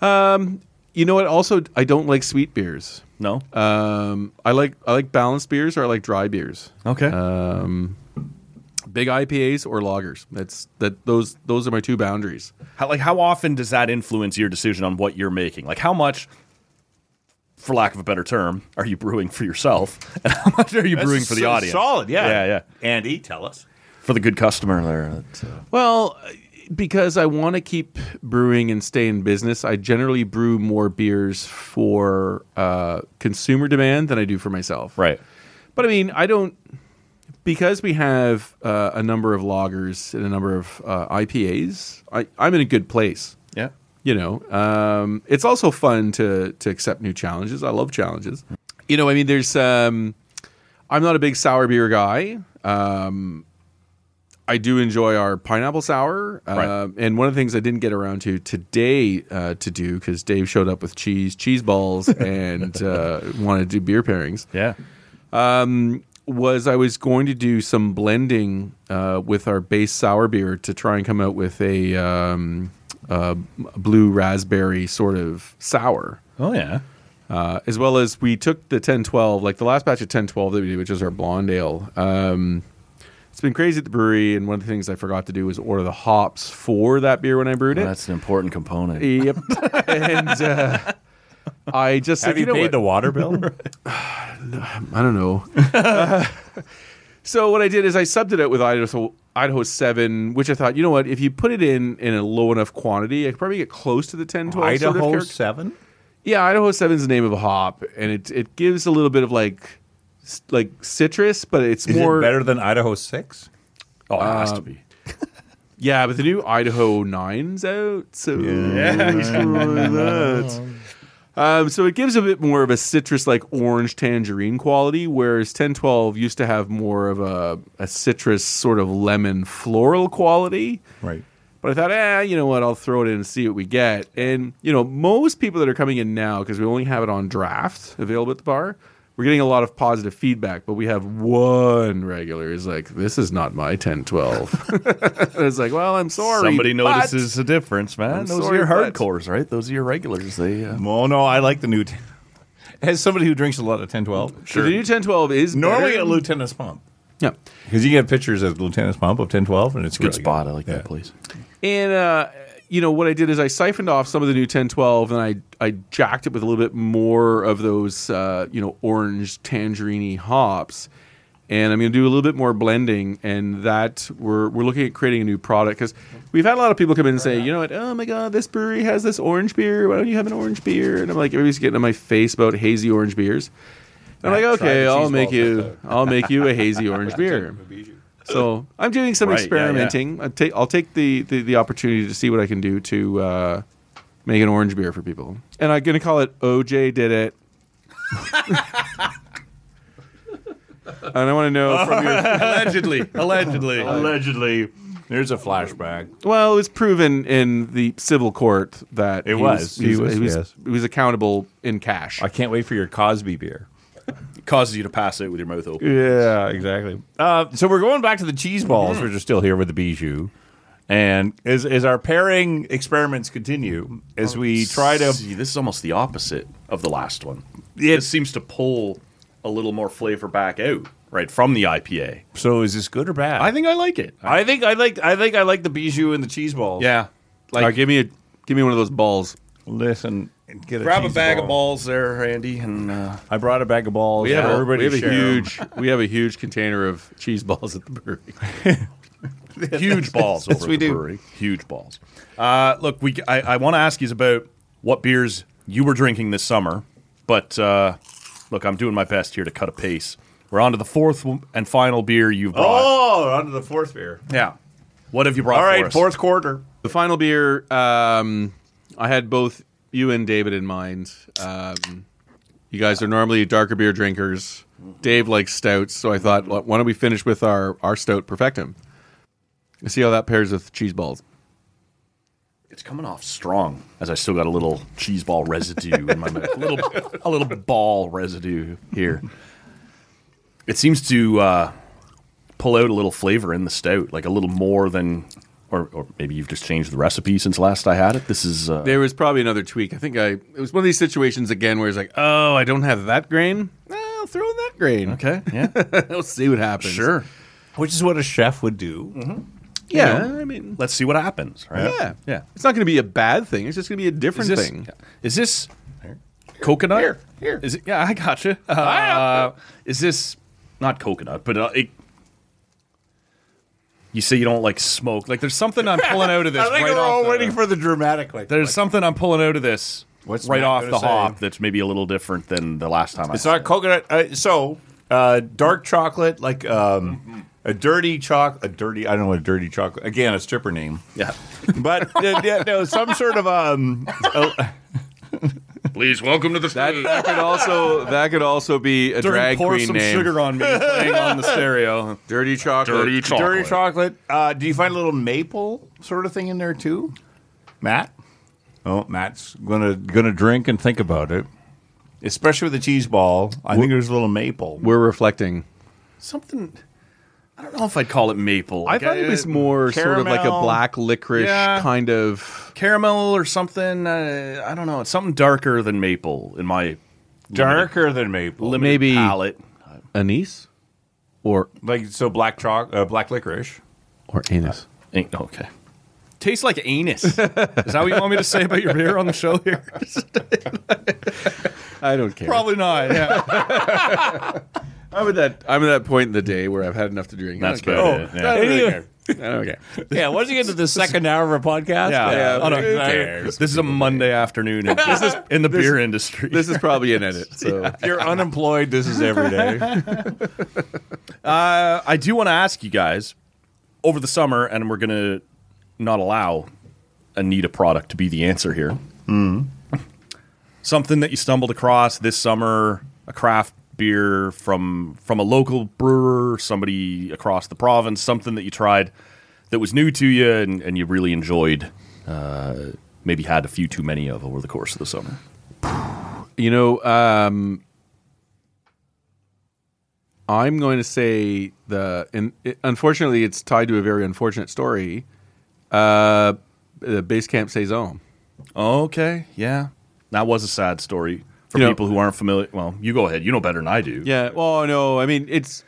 S5: no. Um, you know what? Also, I don't like sweet beers.
S4: No.
S6: Uh,
S5: Um, I like I like balanced beers or I like dry beers.
S4: okay.
S6: uh,
S5: Big IPAs or lagers. That's that. Those those are my two boundaries.
S4: How, like, how often does that influence your decision on what you're making? Like, how much, for lack of a better term, are you brewing for yourself, and how much are you brewing for the audience?
S6: Solid, yeah.
S4: yeah, yeah.
S6: Andy, tell us.
S4: For the good customer there. that's, uh,
S5: Well, because I want to keep brewing and stay in business, I generally brew more beers for uh, consumer demand than I do for myself.
S4: right.
S5: But I mean, I don't because we have uh, a number of loggers and a number of uh, IPAs. I, I'm in a good place.
S4: Yeah.
S5: You know, um, it's also fun to to accept new challenges. I love challenges. You know, I mean, there's. Um, I'm not a big sour beer guy. Um, I do enjoy our pineapple sour, uh,
S4: Right.
S5: and one of the things I didn't get around to today uh, to do because Dave showed up with cheese, cheese balls, and uh, wanted to do beer pairings
S4: Yeah.
S5: was I was going to do some blending uh, with our base sour beer to try and come out with a um, uh, blue raspberry sort of sour.
S4: Oh yeah.
S5: Uh, as well as we took the 1012, like the last batch of 1012 that we did, which was our blonde ale. Um, it's been crazy at the brewery, and one of the things I forgot to do was order the hops for that beer when I brewed it.
S4: that's an important component.
S5: yep. and uh, I just said,
S6: Have you,
S5: know
S6: paid
S5: what?
S6: the water bill?
S5: I don't know. so what I did is I subbed it out with Idaho Idaho Seven, which I thought, you know what, if you put it in in a low enough quantity, I could probably get close to the 10, 12 sort of
S6: Idaho
S5: character.
S6: seven.
S5: Yeah, Idaho Seven's the name of a hop, and it it gives a little bit of like c- like citrus, but it's
S6: Is
S5: more
S6: it better than Idaho six?
S4: oh, it has to be.
S5: Yeah, but the new Idaho Nine's out, so yeah, Um, so it gives a bit more of a citrus like orange tangerine quality, whereas 1012 used to have more of a, a citrus sort of lemon floral quality.
S6: Right.
S5: But I thought, eh, you know what? I'll throw it in and see what we get. And you know, most people that are coming in now because we only have it on draft available at the bar. We're getting a lot of positive feedback, but we have one regular is like, "This is not my 10-12. and it's like, "Well, I'm sorry."
S4: Somebody
S5: but-
S4: notices a difference, man.
S5: I'm
S4: Those
S5: sorry,
S4: are your
S5: but-
S4: hardcores, right? Those are your regulars. They uh,
S6: Well, no, I like the new. T- As somebody who drinks a lot of 1012,
S5: So the new 10-12 is
S6: normally
S5: better.
S6: at Lieutenant's Pump.
S5: yeah.
S6: Because you get pictures of Lieutenant's Pump of 1012, and it's
S4: good
S6: really
S4: spot. I like
S6: Yeah.
S4: that place.
S5: And uh, you know what I did is I siphoned off some of the new 1012, and I I jacked it with a little bit more of those uh, you know orange tangerine hops. And I'm going to do a little bit more blending, and that we're we're looking at creating a new product because we've had a lot of people come in and say, you know what, oh my god, this brewery has this orange beer. Why don't you have an orange beer? And I'm like, everybody's getting on my face about hazy orange beers. And I'm
S6: Yeah,
S5: like,
S6: try
S5: okay,
S6: the
S5: I'll
S6: cheese
S5: make
S6: balls
S5: you I'll make you a hazy orange beer. So I'm doing some
S4: Right, yeah, yeah.
S5: experimenting. I take, I'll take the, the, the opportunity to see what I can do to uh, make an orange beer for people. And I'm going to call it OJ Did It. and I want to know from your.
S4: allegedly, allegedly.
S6: Allegedly, there's a flashback.
S5: Well, it was proven in the civil court that
S6: It
S5: he
S6: was,
S5: he
S6: he
S5: was,
S6: was,
S5: he was,
S6: yes.
S5: he was accountable in cash.
S6: I can't wait for your Cosby beer.
S4: It causes you to pass out with your mouth open.
S6: Yeah, exactly. Uh, so we're going back to the cheese balls, which are still here with the bijou. And as, as our pairing experiments continue, as we try to
S4: See, this is almost the opposite of the last one.
S6: Yeah.
S4: It seems to pull a little more flavor back out, right, from the IPA.
S6: So is this good or bad?
S4: I think I like it.
S6: I think I like I think I like the bijou and the cheese balls.
S4: yeah.
S5: All right, give me a give me one of those balls.
S6: Listen, and get a
S4: Grab a
S6: cheese
S4: bag
S6: ball.
S4: of balls there, Andy, and uh,
S6: I brought a bag of balls.
S5: We have, a,
S6: everybody
S5: we have a
S6: share 'em.
S5: huge we have a huge container of cheese balls at the brewery.
S4: huge balls over
S6: Yes, we
S4: at the
S6: do.
S4: brewery. Huge balls. Uh, look, we I, I want to ask you about what beers you were drinking this summer, but uh, look, I'm doing my best here to cut a pace. We're on to the fourth and final beer you've brought.
S6: Oh, on to the fourth beer.
S4: Yeah. What have you brought
S6: All
S4: for
S6: right,
S4: us?
S6: fourth quarter.
S5: The final beer, um, I had both you and David in mind. Um, you guys are normally darker beer drinkers. Dave likes stouts, so I thought, why don't we finish with our, our stout perfectum? And see how that pairs with cheese balls.
S4: It's coming off strong, as I still got a little cheese ball residue in my mouth, a little, a little ball residue here. It seems to uh, pull out a little flavor in the stout, like a little more than, or, or maybe you've just changed the recipe since last I had it. This is uh,
S5: There was probably another tweak. I think I it was one of these situations again where it's like, oh, I don't have that grain. Eh, I'll throw in that grain.
S4: okay, yeah,
S5: we'll see what happens.
S4: sure.
S6: Which is what a chef would do.
S5: Yeah. I mean,
S4: Let's see what happens. Right?
S5: yeah,
S4: yeah.
S5: It's not going to be a bad thing. It's just going to be a
S4: Is
S5: different
S4: this
S5: thing.
S4: is this coconut?
S6: Here, here. Ah.
S4: Is it? Yeah, I gotcha. Uh, is this not coconut? But uh, it, you say you don't like smoke. Like there's something I'm pulling out of this.
S6: I think
S4: right
S6: we're all
S4: off the-
S6: waiting for the dramatic. Like,
S4: There's something I'm pulling out of this
S6: What's
S4: right
S6: Matt
S4: off
S6: gonna
S4: the
S6: say?
S4: hop that's maybe a little different than the last time I.
S6: It's not coconut. Uh, so uh, dark chocolate, like um, a dirty choc, a dirty. I don't know what a dirty chocolate. Again, a stripper name,
S4: yeah.
S6: but uh, yeah, no, some sort of um. a-
S4: Please welcome to the
S5: That, that could also that could also be a drag
S4: pour
S5: queen
S4: some
S5: name.
S4: sugar on me playing on the stereo.
S5: Dirty chocolate.
S4: Dirty chocolate.
S6: Dirty chocolate. Uh, do you find a little maple sort of thing in there too, Matt? Oh, Matt's gonna gonna drink and think about it. Especially with the cheese ball, I think there's a little maple.
S5: We're reflecting.
S4: Something. I don't know if I'd call it maple.
S5: I
S4: Like,
S5: thought it was more sort of like a
S6: caramel.
S5: black licorice
S4: Yeah.
S5: kind of.
S4: caramel or something. Uh, I don't know. It's something darker than maple in my
S6: Darker than maple,
S4: limited
S5: Maybe-
S4: palate.
S5: Anise, or
S6: like so black choc, uh, black licorice.
S5: or anus.
S4: Ain't- Okay. Tastes like anus. Is that what you want me to say about your beer on the show here?
S5: I don't care.
S4: Probably not. Yeah.
S5: I'm at that. I'm at that point in the day where I've had enough to drink. I
S4: That's
S5: don't
S4: about
S5: care.
S4: it. Yeah.
S5: I don't care.
S6: Yeah, once you get to the second hour of a podcast,
S4: Yeah.
S5: Yeah.
S4: Oh, no,
S5: Who
S4: who cares? This is a Monday afternoon in, this is, in the beer industry.
S5: This is probably an edit. So
S6: if you're unemployed, this is every day.
S4: Uh, I do want to ask you guys over the summer, and we're going to not allow Anita product to be the answer here. something that you stumbled across this summer, a craft beer from from a local brewer, somebody across the province, something that you tried that was new to you and, and you really enjoyed. Uh, maybe had a few too many of over the course of the summer.
S5: You know, um, I'm going to say the, and it, unfortunately, it's tied to a very unfortunate story. Uh, the Basecamp Saison.
S4: Okay, yeah, that was a sad story for
S5: You know-
S4: people who aren't familiar. Well, you go ahead. You know better than I do.
S5: Yeah. Well, no, I mean it's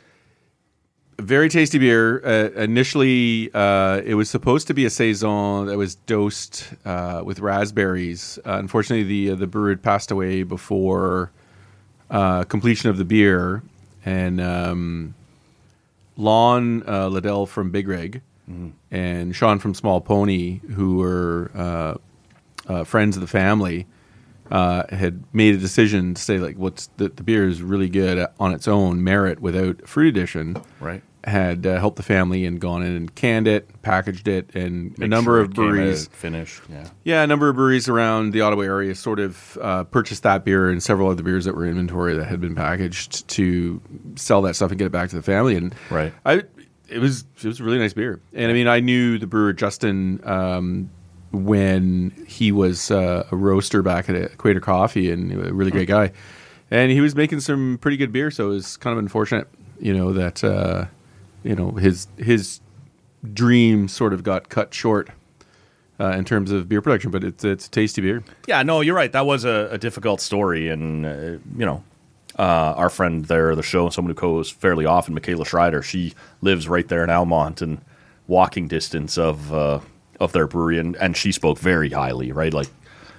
S5: a very tasty beer. Uh, initially, uh, it was supposed to be a saison that was dosed uh, with raspberries. Uh, unfortunately, the uh, the brewer had passed away before uh, completion of the beer, and um, Lon uh, Liddell from Big Rig
S4: Mm-hmm.
S5: and Sean from Small Pony, who were uh, uh, friends of the family uh, had made a decision to say like what's the, the beer is really good on its own merit without fruit addition
S4: Right.
S5: had uh, helped the family and gone in and canned it packaged it and a
S4: Make
S5: number
S4: sure
S5: of
S4: it came out
S5: breweries
S4: finished. Yeah.
S5: yeah a number of breweries around the ottawa area sort of uh, purchased that beer and several other beers that were in inventory that had been packaged to sell that stuff and get it back to the family and
S4: Right.
S5: I it was it was a really nice beer, and I mean I knew the brewer Justin um, when he was uh, a roaster back at Equator Coffee, and a really great guy, and he was making some pretty good beer. So it was kind of unfortunate, you know, that uh, you know his his dream sort of got cut short. Uh, in terms of beer production, but it's it's tasty beer.
S4: Yeah, no, you're right. That was a, a difficult story, and uh, you know, uh, our friend there, the show, someone who co-hosts fairly often, Michaela Schreider, she lives right there in Almont and walking distance of uh, of their brewery, and, and she spoke very highly, right, like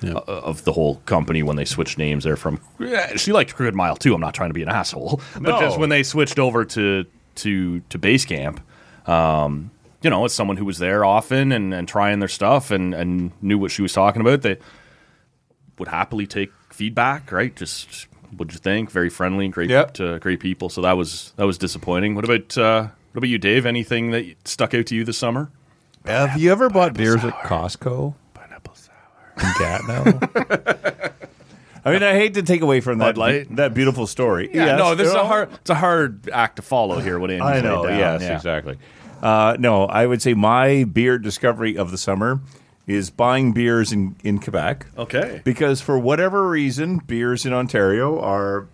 S4: uh, of the whole company when they switched names. They're from yeah, she liked Crooked Mile too. I'm not trying to be an asshole, but just when they switched over to to to Basecamp. Um, you know, as someone who was there often and, and trying their stuff and, and knew what she was talking about, they would happily take feedback, right? Just what'd you think? Very friendly, great,
S5: Yep.
S4: uh, great people. So that was that was disappointing. What about uh, what about you, Dave? Anything that stuck out to you this summer?
S8: Have you ever bought beers at Costco? Pineapple sour. In Gatineau?
S6: I mean, I hate to take away from that
S4: Bud Light?
S6: that beautiful story.
S4: Yeah,
S6: Yes,
S4: no, this is
S6: they're
S4: a
S6: all-
S4: hard it's a hard act to follow here. What Andy's
S6: I
S4: laid
S6: know.
S4: down.
S6: Yes,
S4: Yeah.
S6: exactly. Uh, no, I would say my beer discovery of the summer is buying beers in, in Quebec.
S4: Okay.
S6: Because for whatever reason, beers in Ontario are,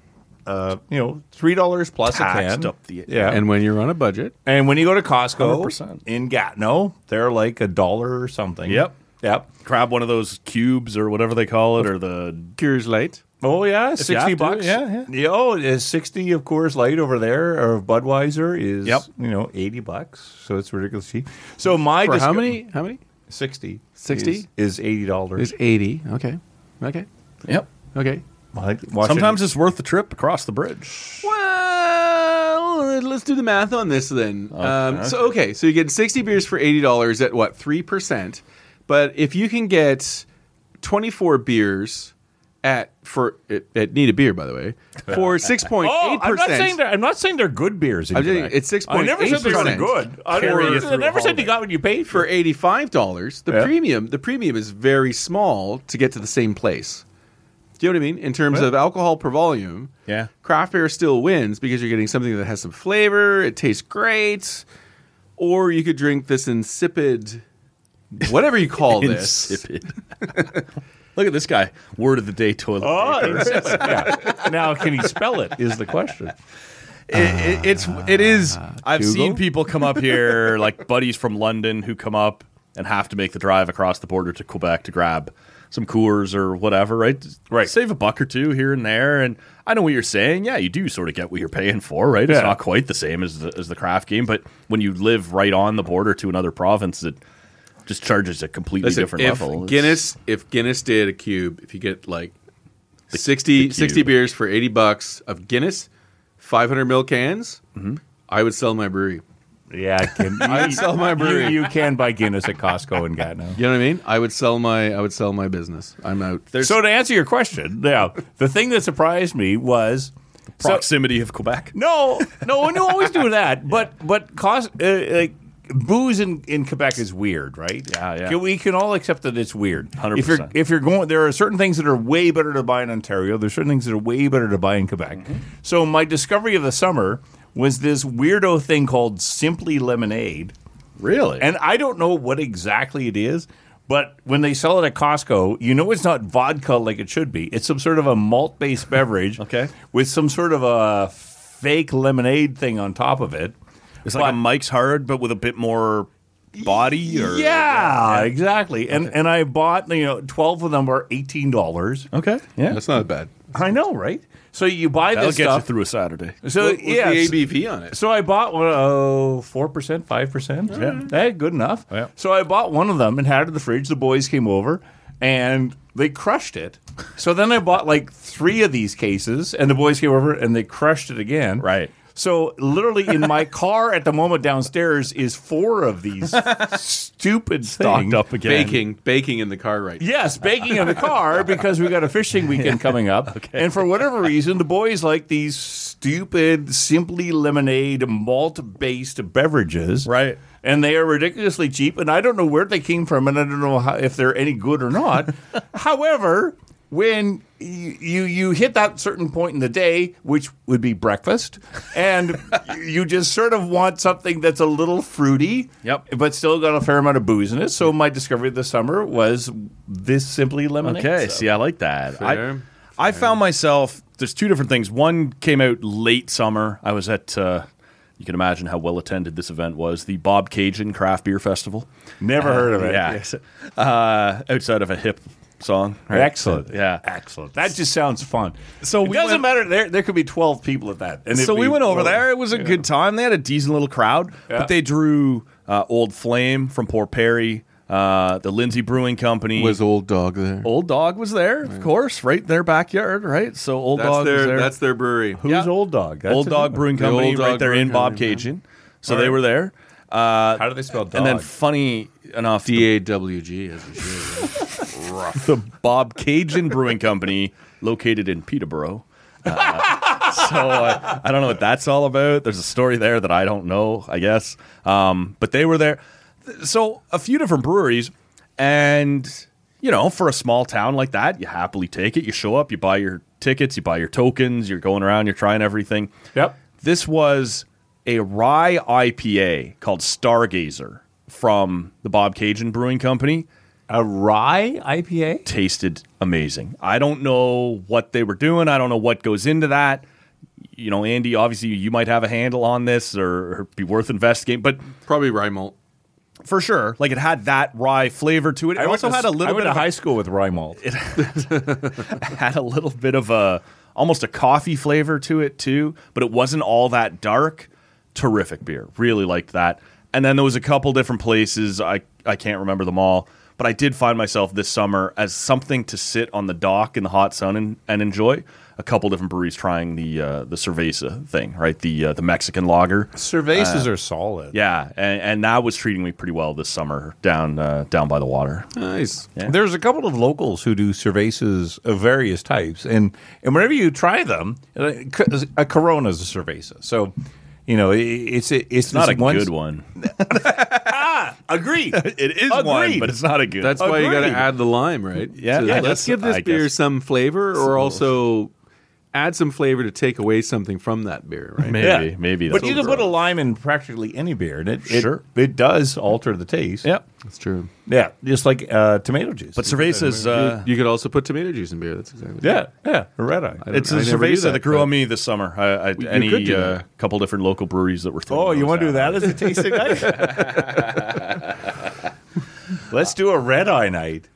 S6: uh, you know, three dollars plus a
S4: Taxed
S6: can.
S4: up the-
S6: yeah.
S5: And
S6: And,
S5: when you're on a budget,
S6: and when you go to Costco
S4: 100%.
S6: in Gatineau, they're like a dollar or something.
S4: Yep.
S6: Yep.
S4: Grab one of those cubes or whatever they call it, or the
S5: Coors Light.
S6: Oh yeah,
S4: you
S6: sixty
S4: have to,
S6: bucks.
S4: yeah, yeah.
S6: Oh, is sixty of course light over there, or Budweiser is
S4: Yep.
S6: you know eighty bucks. So it's ridiculous cheap. So my
S5: For how
S6: disco-
S5: many? How many?
S6: sixty
S5: 60?
S6: is, is eighty dollars.
S5: It's eighty. Okay, okay,
S4: yep.
S5: okay.
S4: Sometimes it's worth the trip across the bridge.
S5: Well, let's do the math on this then. Um, So okay, so you get sixty beers for eighty dollars at what three percent, but if you can get twenty four beers at for at, at need a beer by the way for six point eight
S6: Oh, I'm not saying
S5: percent.
S6: they're. I'm not saying they're good beers. In
S5: I'm just-
S6: Quebec.
S5: it's
S6: I
S5: 6.8%.
S6: never said they were good. I never,
S4: Carry you
S6: I
S4: through
S6: never
S4: a
S6: said
S4: holiday.
S6: you got what you paid for.
S5: For eighty five dollars, the
S6: Yeah.
S5: premium the premium is very small to get to the same place. Do you know what I mean? In terms of alcohol per volume,
S4: Yeah.
S5: craft beer still wins because you're getting something that has some flavor, it tastes great, or you could drink this insipid, whatever you call this.
S4: Insipid. Look at this guy. Word of the day toilet.
S6: Oh,
S4: paper.
S6: it's- yeah. Now, can he spell it? Is the question.
S4: it, it, it's it is. I've
S6: Google?
S4: seen people come up here, like buddies from London, who come up and have to make the drive across the border to Quebec to grab some Coors or whatever, right? Just
S6: Right.
S4: Save a buck or two here and there, and I know what you're saying. Yeah, you do sort of get what you're paying for, right?
S6: Yeah.
S4: It's not quite the same as the, as the craft game, but when you live right on the border to another province, it just charges a completely
S5: Listen,
S4: different
S5: if
S4: level. It's-
S5: Guinness, if Guinness did a cube, if you get like 60,
S4: the
S5: 60
S4: cube.
S5: beers for eighty bucks of Guinness, five hundred mil cans, I would sell my brewery.
S6: Yeah, I can. I
S5: sell my brewery.
S6: You, you can buy Guinness at Costco in Gatineau.
S5: You know what I mean? I would sell my I would sell my business. I'm out. There's
S6: So to answer your question, now the thing that surprised me was so-
S4: proximity of Quebec.
S6: no, no, we always do that, but but cost uh, like booze in, in Quebec is weird, right?
S4: Yeah, yeah.
S6: Can- We can all accept that it's weird.
S4: 100%.
S6: If you're if you're going, there are certain things that are way better to buy in Ontario. There's certain things that are way better to buy in Quebec.
S4: Mm-hmm.
S6: So my discovery of the summer was this weirdo thing called Simply Lemonade,
S9: Really?
S6: and I don't know what exactly it is. But when they sell it at Costco, you know it's not vodka like it should be. It's some sort of a malt-based beverage,
S4: Okay.
S6: with some sort of a fake lemonade thing on top of it.
S9: it's like
S6: but-
S9: a Mike's Hard, but with a bit more body. Or
S6: Yeah, exactly. And and I bought you know twelve of them are eighteen dollars.
S4: Okay. Yeah.
S5: That's not bad.
S6: I know, right? So you buy
S4: That'll
S6: this
S4: get
S6: stuff.
S4: you through a Saturday.
S6: So
S5: What- what's
S6: yeah,
S5: the
S6: s-
S5: ABV on it?
S6: so I bought one oh four percent, five percent. Yeah, hey, good enough.
S4: Yeah.
S6: So I bought one of them and had it in the fridge. The boys came over and they crushed it. So then I bought like three of these cases, and the boys came over and they crushed it again.
S4: Right.
S6: So literally in my car at the moment downstairs is four of these stupid
S4: Stocked
S6: things.
S4: up again.
S5: Baking, baking in the car right now.
S6: Yes, baking in the car because we got a fishing weekend coming up. And for whatever reason, the boys like these stupid, simply lemonade, malt based beverages.
S4: Right.
S6: And they are ridiculously cheap. And I don't know where they came from, and I don't know how, if they're any good or not. However, when you, you you hit that certain point in the day, which would be breakfast, and you just sort of want something that's a little fruity,
S4: Yep.
S6: but still got a fair amount of booze in it. So my discovery this summer was this simply lemonade.
S4: Okay,
S6: So-
S4: see, I like that.
S5: Fair.
S4: I, I found myself there's two different things. One came out late summer. I was at uh, you can imagine how well attended this event was the Bob Cajun Craft Beer Festival.
S6: never heard of it.
S4: Yeah, uh, outside of a hip song. right?
S6: Excellent.
S4: Yeah.
S6: excellent. That just sounds fun.
S4: So
S6: it
S4: we went-
S6: doesn't matter. There, there could be twelve people at that. And it'd
S4: so we
S6: be-
S4: went over there. It was a good time. They had a decent little crowd,
S6: Yeah.
S4: but they drew uh, Old Flame from Port Perry, uh, the Lindsay Brewing Company.
S5: Was old dog there?
S4: Old Dog was there, of course, right their backyard, right? So Old
S5: that's
S4: Dog was
S5: their
S4: there.
S5: that's their brewery.
S6: Who's
S4: Yeah.
S6: old dog? That's
S4: Old
S6: a
S4: Dog
S6: good
S4: Brewing
S5: The Old
S4: Company, right
S5: Dog
S4: there in
S5: Brewing
S4: Bob
S5: Company, yeah.
S4: Cajun. So they were there.
S6: one. How do they spell dog?
S4: And then, funny enough,
S5: D A W G as we should.
S4: the Bob Cajun Brewing Company, located in Peterborough. Uh, so I, I don't know what that's all about. There's a story there that I don't know, I guess. Um, but they were there. Th- So a few different breweries, and you know, for a small town like that, you happily take it. You show up, you buy your tickets, you buy your tokens, you're going around, you're trying everything.
S6: Yep.
S4: This was a rye IPA called Stargazer from the Bob Cajun Brewing Company
S6: a rye IPA.
S4: tasted amazing. I don't know what they were doing. I don't know what goes into that. You know, Andy, obviously you might have a handle on this or, or be worth investigating, but
S5: Probably rye malt.
S4: for sure, like it had that rye flavor to it. It also had a
S6: I
S4: little
S6: went
S4: bit
S6: to
S4: of
S6: high school with rye malt.
S4: had a little bit of a almost a coffee flavor to it too, but it wasn't all that dark. Terrific beer. Really liked that. And then there was a couple different places I I can't remember them all, but I did find myself this summer as something to sit on the dock in the hot sun and, and enjoy. A couple different breweries trying the uh, the cerveza thing, right? The uh, the Mexican lager.
S6: Uh,
S10: Cervezas are solid.
S4: Yeah, and, and that was treating me pretty well this summer down uh, down by the water.
S5: Nice.
S6: There's a couple of locals who do cervezas of various types, and and whenever you try them, a a Corona is a cerveza, so you know i- it's it's, it's
S4: Not a
S6: this one-
S4: good one.
S6: Agreed.
S4: It is one,
S6: Agreed.
S4: but it's not a good.
S5: That's why you got to
S6: Agreed.
S5: add the lime, right?
S4: Yeah.
S5: So
S4: Yeah,
S5: let's
S4: that's-
S5: give this
S4: I
S5: beer
S4: guess.
S5: some flavor, or also add some flavor to take away something from that beer, right?
S4: maybe maybe.
S6: but
S4: that's
S6: you can
S4: overall.
S6: put a lime in practically any beer, and it, it
S4: Sure.
S6: it does alter the taste.
S4: Yep.
S5: That's true.
S6: yeah, just like uh, tomato juice.
S4: But cervezas, uh,
S5: you could also put tomato juice in beer. That's exactly.
S6: yeah, yeah, a red eye.
S5: don't-
S4: it's a
S5: I never do
S4: cerveza
S5: that,
S4: that grew
S5: but-
S4: on me this summer. I, I,
S5: could
S4: any
S5: do
S4: uh,
S5: that.
S4: couple different local breweries that were throwing.
S6: Oh, you
S4: those
S6: want to do
S4: out.
S6: that as a tasting night? Let's do a red eye night.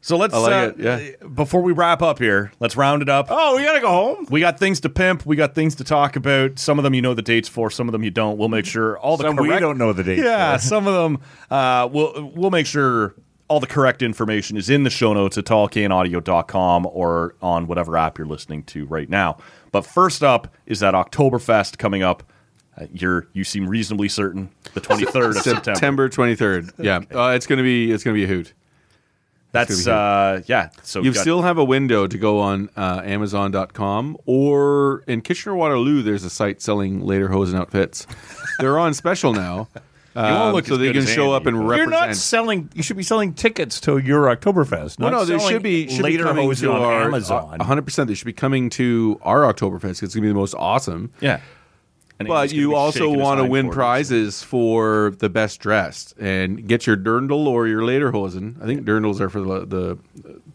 S4: So let's
S5: like
S4: uh,
S5: it,
S4: before we wrap up here, let's round it up.
S6: Oh, we gotta go home.
S4: We got things to pimp. We got things to talk about. Some of them you know the dates for. Some of them you don't. We'll make sure all the
S6: Some
S4: correct.
S6: we don't know the date.
S4: yeah,
S6: for.
S4: some of them. Uh, we'll we'll make sure all the correct information is in the show notes at tallcanaudio.com or on whatever app you're listening to right now. But first up is that Oktoberfest coming up. Uh, you're you seem reasonably certain the 23rd of September.
S5: September twenty third. Yeah, uh, it's gonna be it's gonna be a hoot.
S4: That's
S5: gonna
S4: uh, yeah. So
S5: You
S4: got-
S5: still have a window to go on uh, Amazon.com or in Kitchener Waterloo. There's a site selling later hose and outfits. They're on special now. Um,
S4: look
S5: so
S4: as
S5: they
S4: good
S5: can
S4: as
S5: show
S4: Andy.
S5: up and
S10: You're
S5: represent.
S10: not selling. You should be selling tickets to your Oktoberfest.
S5: Well,
S10: not
S5: no, they
S10: selling
S5: should be should
S10: later
S5: be coming
S10: hosing
S5: to
S10: on
S5: our, uh,
S10: Amazon.
S5: 100. percent They should be coming to our Oktoberfest. 'cause It's gonna be the most awesome.
S4: Yeah. And he's
S5: But
S4: gonna
S5: you
S4: be
S5: also
S4: shaking his
S5: want to
S4: hind
S5: win
S4: quarters.
S5: prizes for the best dressed and get your dirndl or your lederhosen. I think dirndls are for the, the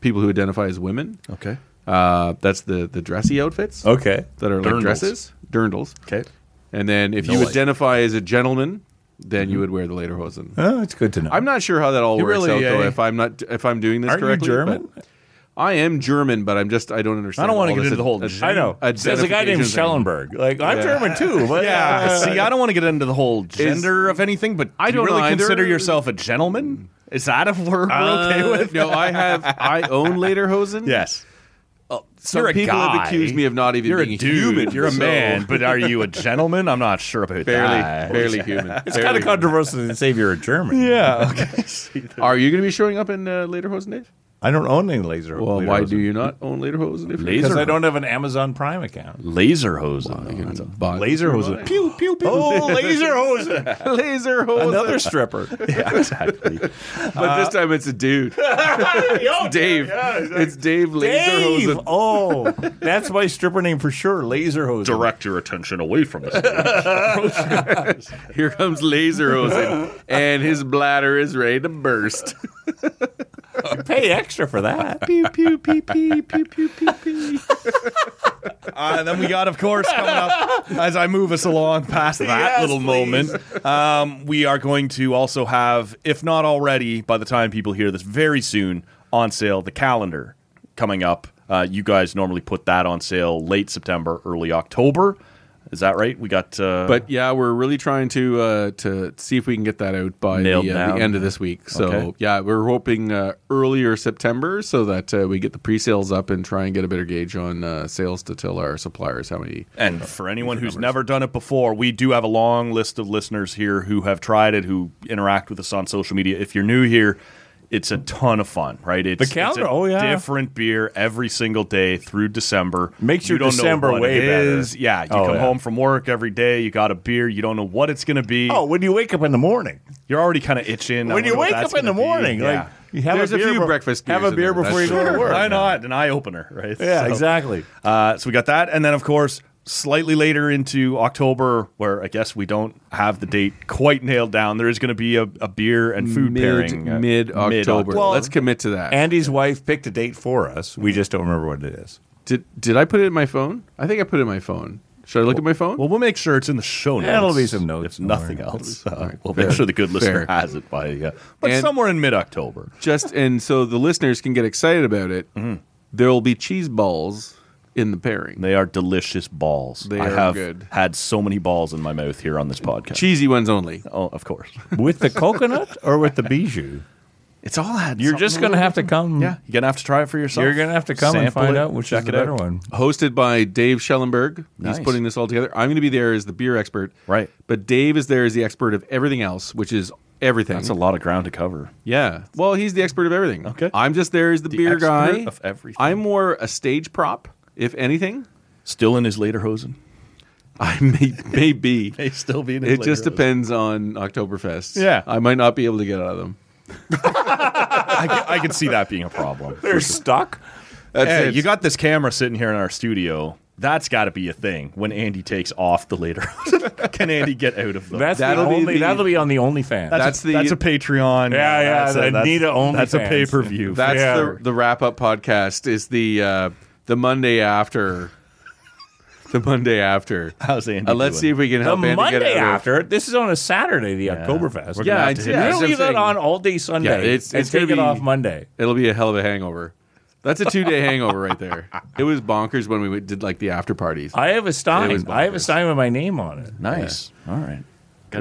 S5: people who identify as women.
S4: Okay.
S5: Uh, that's the the dressy outfits
S10: okay.
S5: that are like
S4: Dirndls.
S5: dresses, dirndls.
S4: Okay.
S5: And then if
S10: No
S5: you
S10: idea.
S5: identify as a gentleman, then
S4: Mm-hmm.
S5: you would wear the lederhosen.
S10: Oh, it's good to know.
S5: I'm not sure how that all
S10: You
S5: works
S10: really,
S5: out though.
S4: uh,
S10: eh?
S5: If I'm not, if I'm doing this
S10: Aren't you
S5: correctly, but-
S10: German?
S5: I am German, but I'm just I don't understand.
S4: I don't wanna
S5: all
S4: get
S5: this
S4: into the whole
S5: ad-
S4: gen-
S10: I know. There's a guy named
S5: identification thing.
S10: Schellenberg. Like I'm German too. But
S4: Yeah.
S10: uh,
S4: See, I don't want to get into the whole gender of anything, but
S5: I
S4: do
S5: don't
S4: you really
S5: either.
S4: consider yourself a gentleman? Is that a word we're okay
S5: Uh,
S4: with?
S5: no, I have. I own lederhosen.
S4: Yes.
S5: Some
S4: You're a
S5: people
S4: guy.
S5: have accused me of not even
S4: You're a
S5: being
S4: dude.
S5: human.
S4: You're a
S5: so-
S4: man, but are you a gentleman? I'm not sure about
S5: barely,
S4: that.
S5: barely human.
S10: it's kind of controversial to say if you're a German. Yeah.
S5: Are you going to be showing up in uh, lederhosen, Dave?
S10: I don't own any laser.
S5: Well, why do
S10: lederhosen.
S5: you not own lederhosen? If
S4: Laser-
S10: Because I don't have an Amazon Prime account.
S4: Laser hose.
S5: you can buy
S10: Laser hose. Pew pew pew. Oh, laser hose.
S5: laser hose.
S10: Another stripper.
S4: yeah, exactly.
S5: but this time it's a dude. Dave. It's Dave
S10: Dave.
S5: Laserhosen.
S10: Oh, that's my stripper name for sure. Laser hose.
S4: Direct your attention away from this.
S5: Here comes Laserhosen, and his bladder is ready to burst.
S10: Pay extra for that.
S5: pew pew pew pew pew pew pew. pew.
S4: Uh, then we got, of course, coming up as I move us along past that little moment. Um, we are going to also have, if not already, by the time people hear this very soon, on sale the calendar coming up. Uh, you guys normally put that on sale late September, early October. Is that right? We got. Uh,
S5: But yeah, we're really trying to uh, to see if we can get that out by the,
S4: Nailed
S5: uh,
S4: down.
S5: the end of this week. So
S4: Okay.
S5: yeah, we're hoping uh, earlier September so that uh, we get the pre-sales up and try and get a better gauge on uh, sales to tell our suppliers how many.
S4: And for anyone who's never done it before, we do have a long list of listeners here who have tried it, who interact with us on social media. If you're new here, it's a ton of fun, right? It's,
S10: The calendar,
S4: it's a
S10: oh, yeah.
S4: different beer every single day through December.
S10: Makes your
S4: You don't know
S10: December
S4: what
S10: way
S4: it
S10: better.
S4: is. Yeah, you
S10: Oh,
S4: come
S10: yeah.
S4: home from work every day, you got a beer, you don't know what it's going to be.
S10: Oh, when you wake up in the morning.
S4: You're already kind of itching. I
S10: when
S4: wonder
S10: you
S4: what
S10: wake
S4: that's
S10: up in the
S4: gonna be.
S10: morning,
S4: Yeah.
S10: like you have
S5: There's
S10: a
S5: a
S10: beer
S5: few
S10: before-
S5: breakfast
S10: Have
S5: beers
S10: a
S5: in
S10: beer
S5: there,
S10: before you
S5: that's
S10: go to
S5: sure.
S10: work.
S4: why not? An eye opener, right?
S10: Yeah,
S4: So-
S10: exactly.
S4: Uh, so we got that, and then of course, slightly later into October, where I guess we don't have the date quite nailed down. There is going to be a, a beer and food pairing uh,
S5: mid October.
S4: mid-October.
S5: Let's commit to that.
S10: Andy's wife picked a date for us. We just don't remember what it is.
S5: did did I put it in my phone? I think I put it in my phone. Should I look at my phone?
S4: well, we'll make sure it's in the show notes.
S10: That'll be some notes
S4: If nothing
S10: somewhere.
S4: else, uh,
S5: right,
S4: we'll
S5: fair,
S4: make sure the good listener
S5: fair.
S4: has it by, uh, but
S5: And-
S4: somewhere in mid October.
S5: just and so the listeners can get excited about it. There will be cheese balls in the pairing.
S4: Mm-hmm. They are delicious balls.
S5: They
S4: I
S5: are
S4: have
S5: good.
S4: had so many balls in my mouth here on this podcast.
S5: Cheesy ones only.
S4: Oh, of course.
S10: With the coconut or with the bijou?
S4: It's all had.
S10: You're just going to have to come.
S4: Yeah, you're gonna have to try it for yourself.
S10: You're going to have to come and
S4: Sample
S10: find
S4: it,
S10: out which
S4: check
S10: is the
S4: it out.
S10: better one.
S5: Hosted by Dave Schellenberg.
S4: Nice.
S5: He's putting this all together. I'm going to be there as the beer expert.
S4: Right.
S5: But Dave is there as the expert of everything else, which is everything.
S4: That's a lot of ground to cover.
S5: Yeah. Well, he's the expert of everything.
S4: Okay.
S5: I'm just there as the, beer
S4: expert
S5: guy.
S4: of everything.
S5: I'm more a stage prop, if anything.
S4: Still in his later hosen.
S5: I may, may be.
S4: May still be in his
S5: It just
S4: lederhosen.
S5: depends on Oktoberfest.
S4: Yeah.
S5: I might not be able to get out of them.
S4: I, can- I can see that being a problem.
S10: They're stuck.
S5: That's
S4: Hey,
S5: it.
S4: you got this camera sitting here in our studio. That's got to be a thing when Andy takes off the later. can Andy get out of them?
S10: That's
S5: That'll
S10: that'll
S5: be
S10: the only,
S5: the-
S10: that'll be on the OnlyFans.
S5: that's the-
S4: that's a Patreon.
S10: Yeah, yeah,
S4: That's a,
S10: the
S4: that's,
S10: Anita OnlyFans.
S4: That's a pay per view.
S5: That's
S10: Yeah.
S5: the the wrap up podcast is the uh, the Monday after the Monday after.
S4: How's Andy?
S5: Uh, let's see
S4: doing?
S5: if we can
S10: the
S5: help Andy get
S10: Monday
S5: out of-
S10: after. This is on a Saturday, the Oktoberfest.
S5: Yeah,
S4: have
S5: I
S4: to hit
S5: did. yeah, that's
S10: You're going to
S5: what
S10: leave
S5: I'm
S10: that
S5: saying.
S10: on all day Sunday.
S5: Yeah, it's-
S10: and
S5: it's
S10: take
S5: gonna
S10: it
S5: be-
S10: off Monday.
S5: It'll be a hell of a hangover. That's a two day hangover right there. It was bonkers when we did like the after parties.
S10: I have a
S5: It was
S10: stein. I have a
S5: bonkers.
S10: stein with my name on it.
S4: Nice. All right.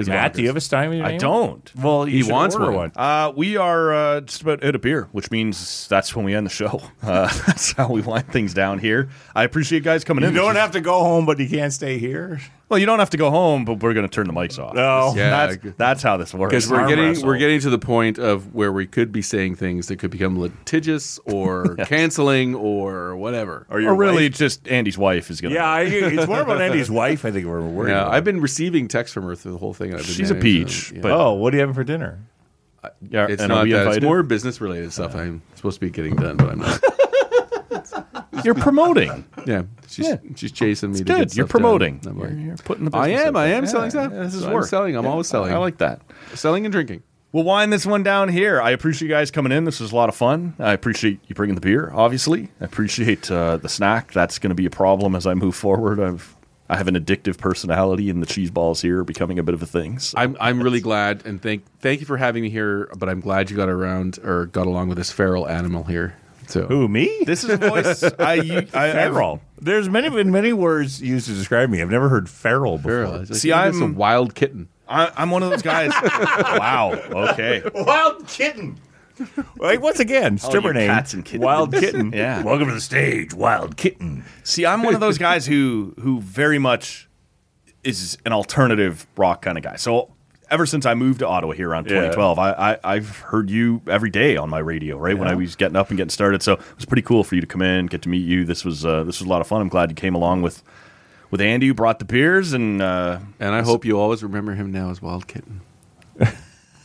S10: Matt, do you have a stein with your
S4: I
S10: name?
S4: don't.
S10: Well, you
S5: He
S10: should
S5: wants
S10: order
S5: one.
S10: one.
S4: Uh, we are uh, just about out of beer, which means that's when we end the show. Uh, that's how we wind things down here. I appreciate you guys coming
S10: You
S4: in. This
S10: don't
S4: is-
S10: have to go home, but you can't stay here.
S4: Well, you don't have to go home, but we're going to turn the mics off.
S10: No.
S5: Yeah.
S4: that's, that's how this works.
S5: because we're
S4: Arm
S5: getting
S4: wrestle.
S5: we're getting to the point of where we could be saying things that could become litigious or canceling or whatever.
S10: Or your
S4: or really
S10: wife?
S4: just Andy's wife is going.
S10: Yeah, I, it's more about Andy's wife. I think we're worried.
S5: Yeah,
S10: about.
S5: I've been receiving texts from her through the whole thing. and I've been
S4: She's a
S5: managing
S4: peach,
S5: them, yeah.
S4: but-
S11: Oh, what are you having for dinner?
S4: yeah,
S5: it's
S4: and are
S5: not
S4: we
S5: that. It's
S4: invited?
S5: more business related stuff. I'm supposed to be getting done, but I'm not.
S4: You're promoting.
S5: Yeah, she's she's chasing me. to
S4: good.
S5: get
S4: You're
S5: stuff done.
S4: promoting.
S5: I'm like,
S4: You're putting the
S5: I
S4: business
S5: am.
S4: out
S5: I
S4: there.
S5: am
S4: Yeah,
S5: selling stuff.
S4: yeah, this is
S5: I'm
S4: work.
S5: selling. I'm always selling.
S4: I like that.
S5: selling and drinking.
S4: We'll wind this one down here. I appreciate you guys coming in. This was a lot of fun. I appreciate you bringing the beer. Obviously, I appreciate uh, the snack. That's going to be a problem as I move forward. I've I have an addictive personality, and the cheese balls here are becoming a bit of a thing. So.
S5: I'm I'm really glad and thank thank you for having me here. But I'm glad you got around or got along with this feral animal here. So
S10: Who me?
S4: this is a voice I, u- I I've-
S10: feral. There's many been many words used to describe me. I've never heard feral before.
S5: feral? It's like,
S4: See,
S5: "Look at this,
S4: I'm-
S5: a wild kitten.
S4: I, I'm one of those guys. wow. Okay.
S10: Wild kitten. Like once again, stripper
S4: you
S10: name.
S4: cats and kittens.
S10: Wild kitten.
S4: Yeah.
S10: Welcome to the stage, wild kitten.
S4: See, I'm one of those guys who who very much is an alternative rock kind of guy. So ever since I moved to Ottawa here around
S10: Yeah.
S4: 2012, I, I I've heard you every day on my radio, right? When I was getting up and getting started, so it was pretty cool for you to come in, get to meet you. This was uh, this was a lot of fun. I'm glad you came along with with Andy, who brought the beers and uh,
S5: And I hope you always remember him now as wild kitten.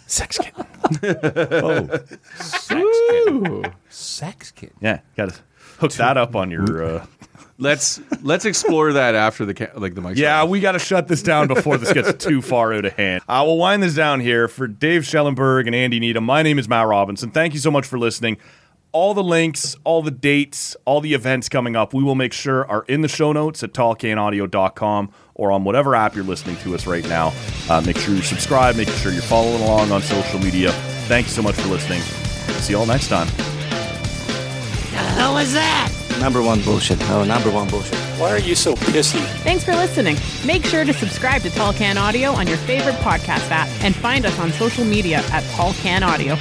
S4: sex kitten.
S10: Oh,
S11: Sex kid.
S4: Yeah, got to hook that up on your. Uh,
S5: Let's let's explore that after the ca- like the mic.
S4: Yeah, we got to shut this down before this gets too far out of hand. I will wind this down here for Dave Schellenberg and Andy Needham. My name is Matt Robinson. Thank you so much for listening. All the links, all the dates, all the events coming up, we will make sure are in the show notes at tallcanaudio.com or on whatever app you're listening to us right now. Uh, make sure you subscribe, make sure you're following along on social media. Thank you so much for listening. See you all next time.
S12: Number one bullshit. Oh, number one bullshit. Why are you so pissy?
S1: Thanks for listening. Make sure to subscribe to Tall Can Audio on your favorite podcast app and find us on social media at Tall Can Audio.